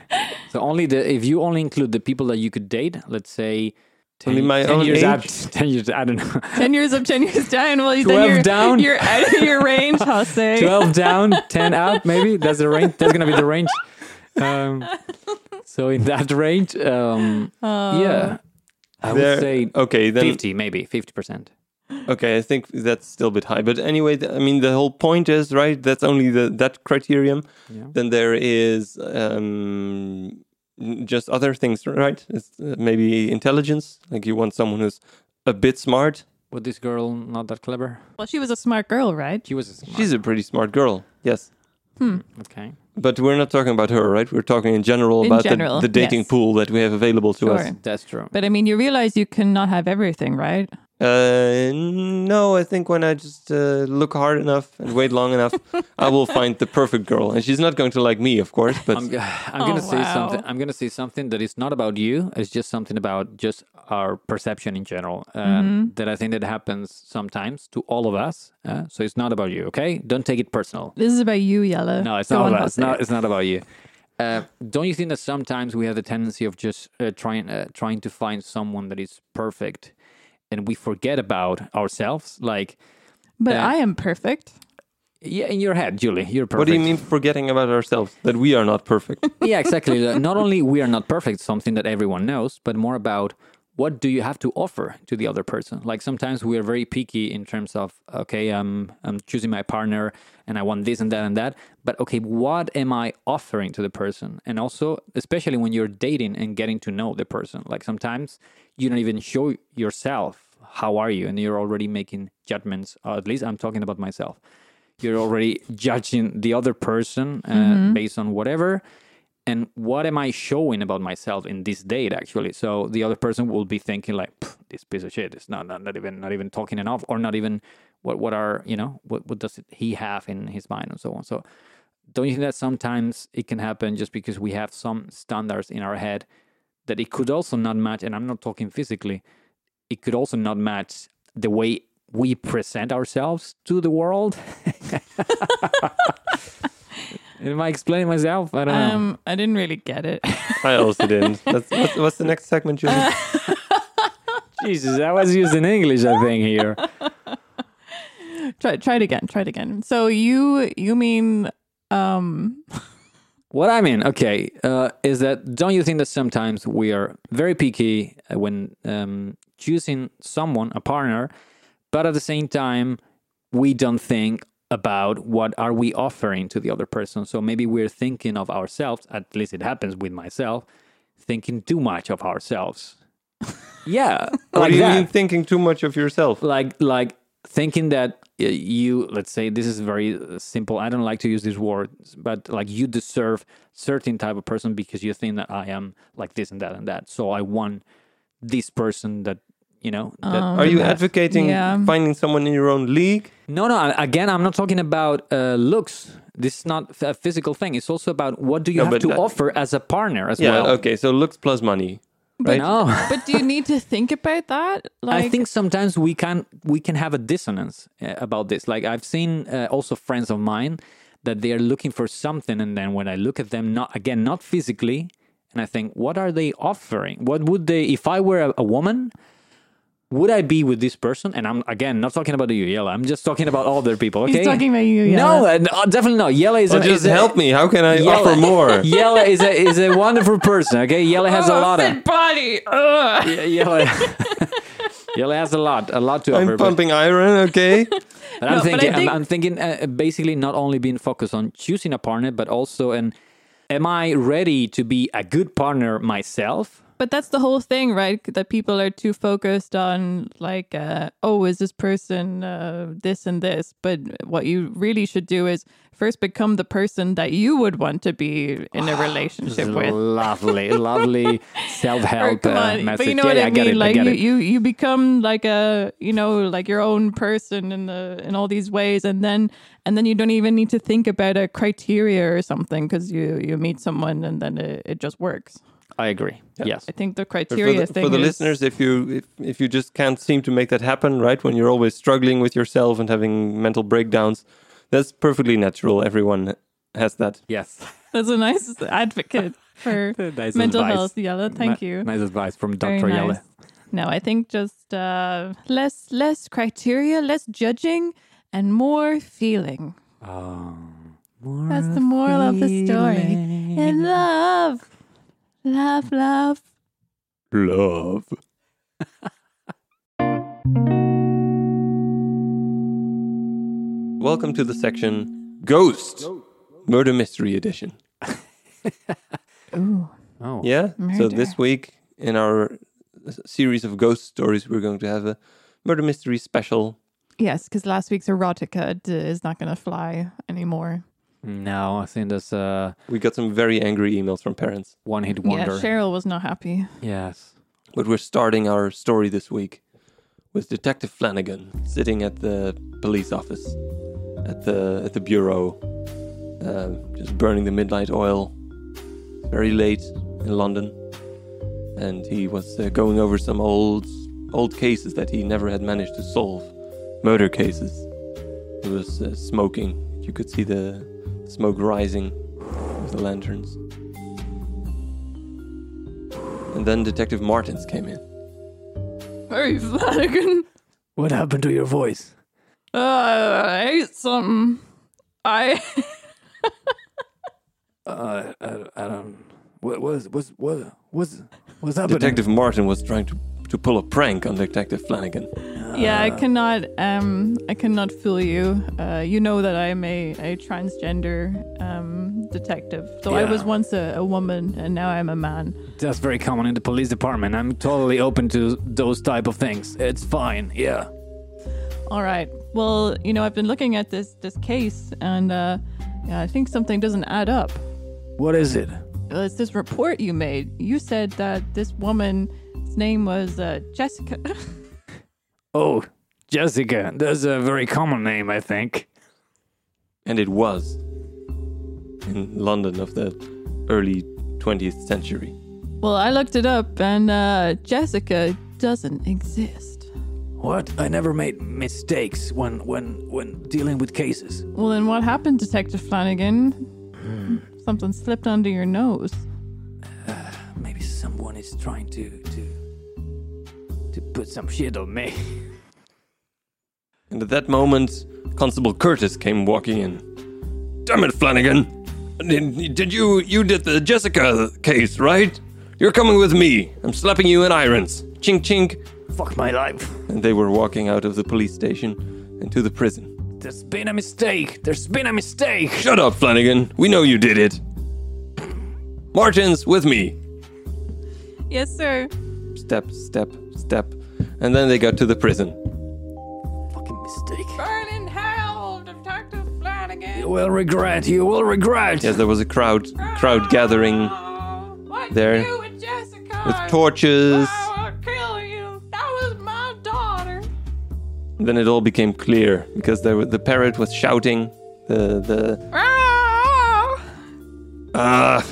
so only the if you only include the people that you could date, let's say 10,
Only my
10
own
years
age?
out, 10 years I don't know.
Ten years up, ten years down. Well, then
12
you're,
down?
You're out of your range, Jose.
12 down, 10 up maybe. That's the range. That's going to be the range. Um, so in that range um, yeah. I would
There-
say
okay, then
50 maybe, 50%.
Okay, I think that's still a bit high. But anyway, th- I mean, the whole point is right. That's only the that criterion.
Yeah.
Then there is um, n- just other things, right? It's uh, maybe intelligence. Like you want someone who's a bit smart.
Was this girl not that clever?
Well, she was a smart girl, right?
She was a smart.
She's a pretty smart girl. Yes.
okay.
But we're not talking about her, right? We're talking in general
In
about
general,
the, the dating
yes.
pool that we have available to us.
Sure.
That's true.
But I mean, you realize you cannot have everything, right?
Uh, no, I think when I just uh, look hard enough and wait long enough, I will find the perfect girl. And she's not going to like me, of course, but
I'm, g- I'm gonna
Oh,
say something.
wow.
I'm gonna say something that is not about you. It's just something about just our perception in general. Um,
Mm-hmm.
That I think that happens sometimes to all of us. Uh, so it's not about you. Okay, don't take it personal.
This is about you, Yella.
No, it's
Go
not
on,
about. It's
Jose.
not. It's not about you. Uh, don't you think that sometimes we have the tendency of just uh, trying uh, trying to find someone that is perfect, and we forget about ourselves? Like,
But
Yeah.
I am perfect.
yeah, in your head, Julie, you're perfect.
what do you mean forgetting about ourselves? That we are not perfect.
yeah, exactly. Like, Not only we are not perfect, something that everyone knows, but more about what do you have to offer to the other person. Like sometimes we are very picky in terms of okay, um, I'm choosing my partner and I want this and that and that, but okay, what am I offering to the person? And also, especially when you're dating and getting to know the person, like sometimes you don't even show yourself how are you and you're already making judgments or at least i'm talking about myself you're already judging the other person uh, based on whatever and what am i showing about myself in this date actually so the other person will be thinking like "Pff, this piece of shit is not, not not even not even talking enough or not even what what are you know what what does he have in his mind and so on so don't you think that sometimes it can happen just because we have some standards in our head that it could also not match and i'm not talking physically it could also not match the way we present ourselves to the world am i explaining myself i don't know
Um, I didn't really get it.
I also didn't. That's, what's, what's the next segment, Julie?
Jesus, I was using English, I think, here.
try, try it again. Try it again. So you, you mean, um,
What I mean, okay, uh, is that don't you think that sometimes we are very picky uh, when um, choosing someone, a partner, but at the same time, we don't think about what are we offering to the other person. So maybe we're thinking of ourselves, at least it happens with myself, thinking too much of ourselves. Yeah.
what
like
do you
that.
mean thinking too much of yourself?
like like thinking that uh, you let's say this is very uh, simple i don't like to use these words but like you deserve certain type of person because you think that i am like this and that and that so i want this person that you know that,
Are you advocating
Yeah.
finding someone in your own league?
no no I- again i'm not talking about uh, looks this is not a physical thing it's also about what do you
No,
have
but
to
that-
offer as a partner as
Yeah, uh,
well
okay, so looks plus money.
But no
but do you need to think about that? Like,
I think sometimes we can we can have a dissonance uh, about this. Like I've seen uh, also friends of mine that they are looking for something, and then when I look at them, not again not physically, and I think, what are they offering? What would they? If I were a, a woman, would I be with this person? And I'm again not talking about you, Yella. I'm just talking about other people.
He's
Okay,
talking about you,
No,
Yella.
uh, no, definitely not. Yella is
So
a,
just
is a-
help me. How can I
Yella-
offer more?
Yella is a is a wonderful person. Okay, Yella
Oh,
has a lot of.
body. Ugh.
Ye- Yella, Yella has a lot, a lot to offer.
I'm
but-
pumping iron, okay?
But I'm
No, but I
thinking,
think-
I'm, I'm thinking uh, basically not only being focused on choosing a partner, but also and am I ready to be a good partner myself?
But that's the whole thing, right? That people are too focused on like, uh, oh, is this person uh, this and this? But what you really should do is first become the person that you would want to be in a relationship with.
Lovely, lovely
Or,
self-help
come
uh,
on,
message.
but you know
yeah,
what
yeah,
I
I get
mean.
it. I
like
get
you,
it.
you, you become like a, you know, like your own person in the in all these ways, and then and then you don't even need to think about a criteria or something because you you meet someone and then it, it just works.
I agree. Yes.
I think the
But for
criteria
the,
thing
for the
is-
listeners if you if, if you just can't seem to make that happen right when you're always struggling with yourself and having mental breakdowns that's perfectly natural everyone has that
Yes.
That's a nice advocate for
Nice
mental
advice.
health, Yella. Thank
Ni-
you.
Nice advice from
Very
Dr. Yella.
nice. No, I think just uh, less less criteria, less judging, and more feeling.
Oh,
That's the moral of the story. And love, love, love.
love welcome to the section ghost murder mystery edition
Ooh,
Oh.
yeah so
Murder.
this week in our s- series of ghost stories we're going to have a murder mystery special
yes, because last week's erotica d- is not going to fly anymore.
No, I think that's a
We got some very angry emails from parents.
one-hit
Yeah,
wonder.
Cheryl was not happy.
Yes.
But we're starting our story this week with Detective Flanagan sitting at the police office, at the at the bureau, um, just burning the midnight oil. Very late in London, and he was uh, going over some old old cases that he never had managed to solve, murder cases. He was uh, smoking. You could see the smoke rising with the lanterns. And then Detective Martins came in.
Very Flanagan.
What happened to your voice?
Uh, I ate something. I
Uh, I, I don't. What was was what was what's happening?
Detective Martin was trying to, to pull a prank on Detective Flanagan.
yeah, I cannot um I cannot fool you. Uh, you know that I'm a, a transgender um detective. Though I was
Yeah.
once a, a woman and now I'm a man.
That's very common in the police department. I'm totally open to those type of things. It's fine. Yeah.
All right. Well, you know, I've been looking at this this case, and uh, yeah, I think something doesn't add up.
What is it?
Uh, It's this report you made. You said that this woman's name was uh, Jessica.
Oh, Jessica. That's a very common name, I think.
And it was in London of the early 20th century.
well, I looked it up, and uh, Jessica doesn't exist.
What? I never made mistakes when when when dealing with cases.
Well, then what happened, Detective Flanagan? Something slipped under your nose.
Maybe someone is trying to to to put some shit on me.
And at that moment, Constable Curtis came walking in. Damn it, Flanagan! Did, did you you did the Jessica case, right? You're coming with me. I'm slapping you in irons. Chink chink.
Fuck my life.
And they were walking out of the police station and to the prison.
There's been a mistake. There's been a mistake.
Shut up, Flanagan. We know you did it. Martins, with me.
Yes, sir.
Step, step, step. And then they got to the prison.
Fucking mistake.
Burn in hell, Detective Flanagan.
You will regret. You will regret.
Yes, there was a crowd crowd gathering
What
There. you
with Jessica?
with torches.
will kill you. That was my daughter.
Then it all became clear because there were, the parrot was shouting. The the ah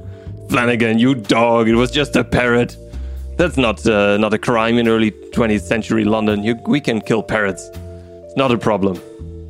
Flanagan, you dog! It was just a parrot. That's not uh, not a crime in early 20th century London. You, we can kill parrots. It's not a problem.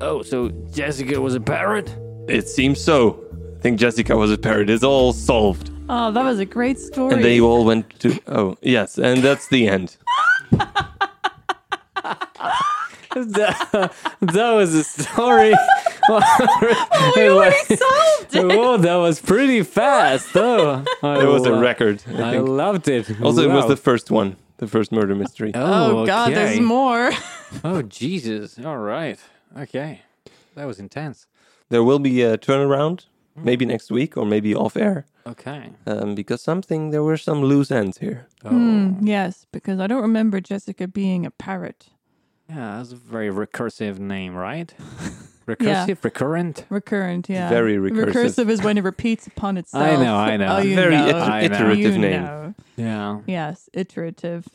Oh, so Jessica was a parrot?
It seems so. I think Jessica was a parrot. It's all solved.
Oh, that was a great story.
And they all went to. Oh, yes. And that's the end.
that, that was a story. Oh,
we already
Like-
solved it.
Whoa, that was pretty fast, though. I
That was a
lo-
record. I
Oh, I
think.
loved it.
Also, it was
Wow.
the first one, the first murder mystery.
Oh, God,
okay.
there's more.
Oh Jesus! All right, okay, that was intense.
There will be a turnaround, maybe next week or maybe off air,
Okay.
um, because something there were some loose ends here.
Oh,
Hmm, yes, because I don't remember Jessica being a parrot.
yeah, that's a very recursive name, right? Recursive, recurrent.
Recurrent, yeah.
Very recursive.
Recursive is when it repeats upon itself.
I know, I know.
Oh, you
Very
know.
iter-
I know.
iterative
You
name.
know.
Yeah.
Yes, iterative.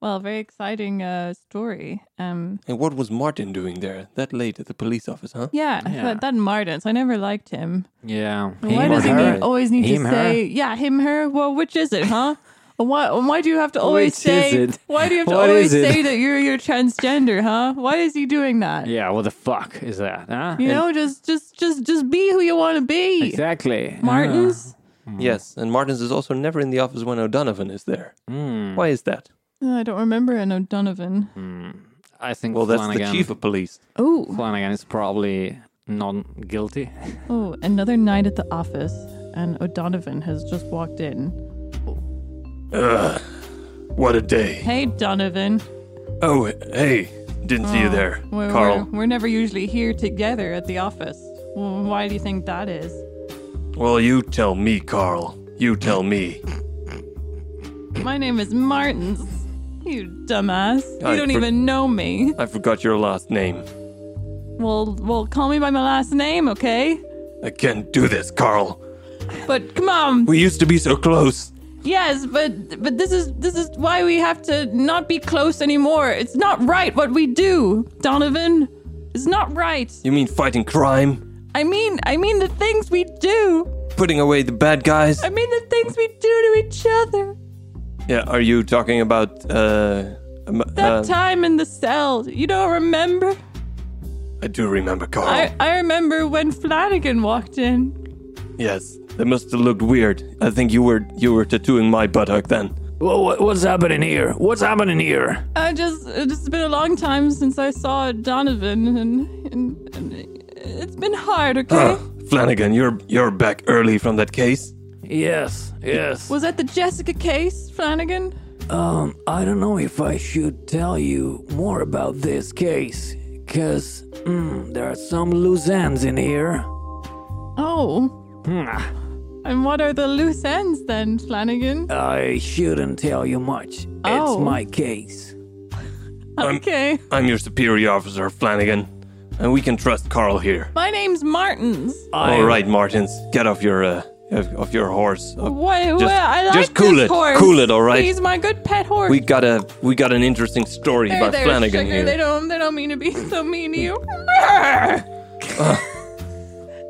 Well, very exciting uh, story. Um,
And what was Martin doing there that late at the police office, huh?
yeah, I
Yeah.
thought that Martins. I never liked him.
Yeah.
why
Him or
does he
her?
need, always need
Him,
to
her?
say, yeah, him, her? Well, which is it, huh? And Why, and why do you have to always
Which is
say?
it?
Why do you have to
What
always
is it?
say that you're you're transgender, huh? Why is he doing that?
Yeah. What the fuck is that? Huh?
You know, just just just just be who you want to be,
Exactly. Uh,
Martins.
Yes. And Martins is also never in the office when O'Donovan is there.
Hmm.
Why is that?
Uh, I don't remember an O'Donovan.
Mm. I think
Well, that's the
Flanagan,
chief of police.
Oh,
Flanagan is probably not guilty.
oh, another night at the office, and O'Donovan has just walked in.
Ugh, what a day.
Hey, Donovan.
Oh, hey. Didn't see you there,
We're,
Carl.
We're, we're never usually here together at the office. Well, why do you think that is?
Well, you tell me, Carl. You tell me.
My name is Martins. You dumbass.
I
you don't
for-
even know me.
I forgot your last name.
Well, well, call me by my last name, okay?
I can't do this, Carl.
But come on,
We used to be so close.
yes, but but this is this is why we have to not be close anymore. It's not right what we do, Donovan. It's not right.
You mean fighting crime?
I mean, I mean the things we do.
Putting away the bad guys?
I mean the things we do to each other.
Yeah, are you talking about uh, um,
That
uh,
time in the cell, you don't remember?
I do remember Carl.
I, I remember when Flanagan walked in.
Yes, that must have looked weird. I think you were you were tattooing my buttock then.
What, what's happening here? What's happening here?
I just it's been a long time since I saw Donovan, and, and, and it's been hard. Okay,
Ah, Flanagan, you're you're back early from that case.
Yes, yes.
was that the Jessica case, Flanagan?
Um, I don't know if I should tell you more about this case, because there are some loose ends in here.
Oh, and what are the loose ends then, Flanagan?
I shouldn't tell you much.
Oh.
It's my case.
Um,
Okay,
I'm your superior officer, Flanagan, and we can trust Carl here.
my name's Martins.
I,
All right, Martins, get off your uh, of- off your horse. Uh,
What?
just-
what? I like
just cool
this
it,
horse.
cool it, all right?
He's my good pet horse.
We got a we got an interesting story
There,
about
there,
Flanagan
sugar.
here.
They don't, they don't mean to be so mean to you.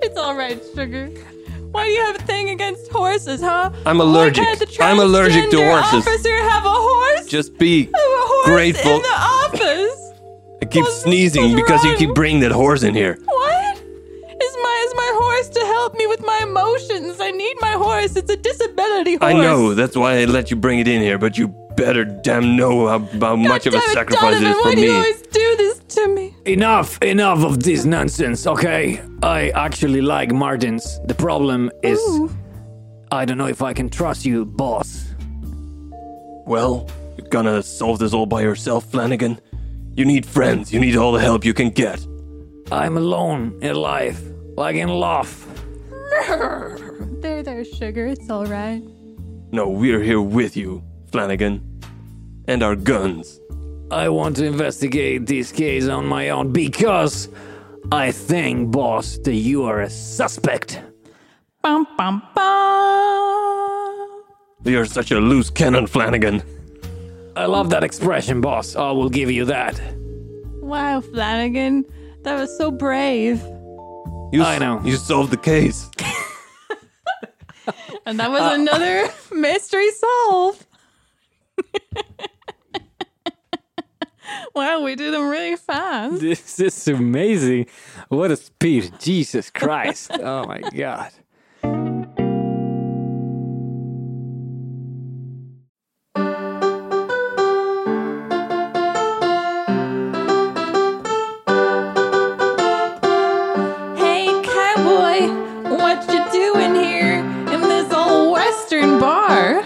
it's all right, sugar. Why do you have a thing against horses, huh?
I'm
Why
allergic.
can't the
I'm allergic to
transgender
horses.
Officer, have a horse.
Just be
have a horse
grateful.
in the office.
I keep
what's-
sneezing
what's
because you
wrong?
keep bringing that horse in here.
What? Is my is my horse to help me with my emotions? I need my horse. It's a disability horse.
I know that's why I let you bring it in here, but you better damn know how, how much of a
God damn it,
sacrifice
Donovan,
it is
why
for
do you
me.
always do this to me?
enough, enough of this nonsense, okay? I actually like Martins. The problem is,
Ooh.
I don't know if I can trust you, boss.
Well, you're gonna solve this all by yourself, Flanagan. You need friends. You need all the help you can get.
I'm alone in life, like in love.
There, there, sugar. It's all right.
No, we're here with you, Flanagan, and our guns.
I want to investigate this case on my own because I think, boss, that you are a suspect.
Bum, bum, bum.
You're such a loose cannon, Flanagan.
I love that expression, boss. I will give you that.
Wow, Flanagan, that was so brave.
You
I know.
You solved the case.
And that was another mystery solved. wow, we did them really fast.
This is amazing. What a speed. Jesus Christ. oh my God.
Hey, cowboy, what you doing here in this old western bar?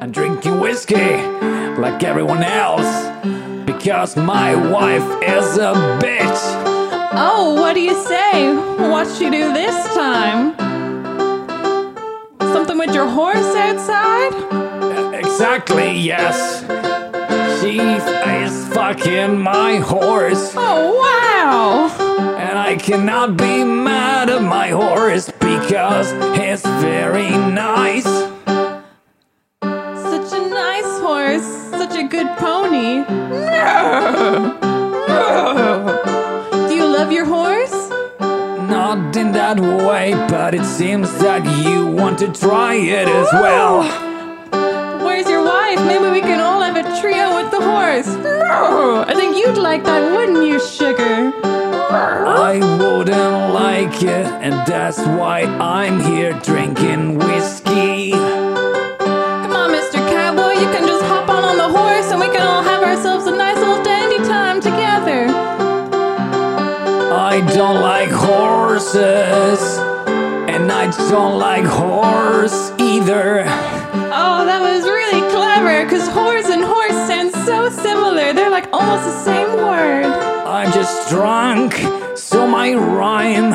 I'm drinking whiskey like everyone else because my wife is a bitch.
Oh, what do you say? What you do this time? Something with your horse outside?
Exactly, yes. She is fucking my horse.
Oh, wow!
And I cannot be mad at my horse because he's very nice.
Such a nice horse, such a good pony. Do you love your horse?
Not in that way, but it seems that you want to try it as well.
Where's your wife? Maybe we can all have a trio with the horse. I think you'd like that, wouldn't you, sugar?
I wouldn't like it, and that's why I'm here drinking whiskey.
Come on, Mr. Cowboy, you can just hop on on the horse and we can all have ourselves a nice little dandy time together.
I don't like horses, and I don't like horse either.
Oh, that was really clever, because horse and horse sound so similar. They're like almost the same word.
I'm just drunk, so my rhyme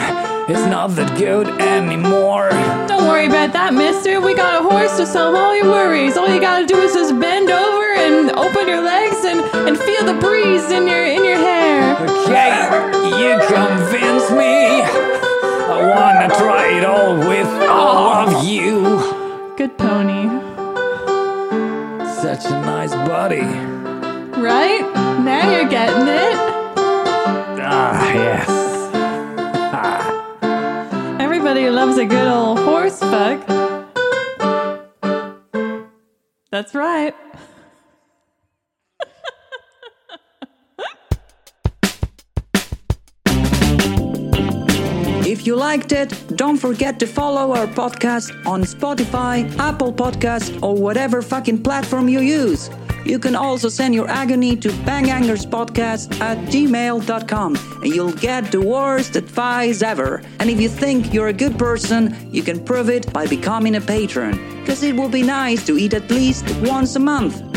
is not that good anymore.
Don't worry about that, mister. We got a horse to solve all your worries. All you gotta do is just bend over and open your legs and, and feel the breeze in your in your hair.
Okay, you convince me. I
getting it?
Ah, yes.
Everybody loves a good old horse fuck. That's right.
If you liked it, don't forget to follow our podcast on Spotify, Apple Podcast, or whatever fucking platform you use. You can also send your agony to bangangerspodcast at gmail.com and you'll get the worst advice ever. And if you think you're a good person, you can prove it by becoming a patron. Because it would be nice to eat at least once a month.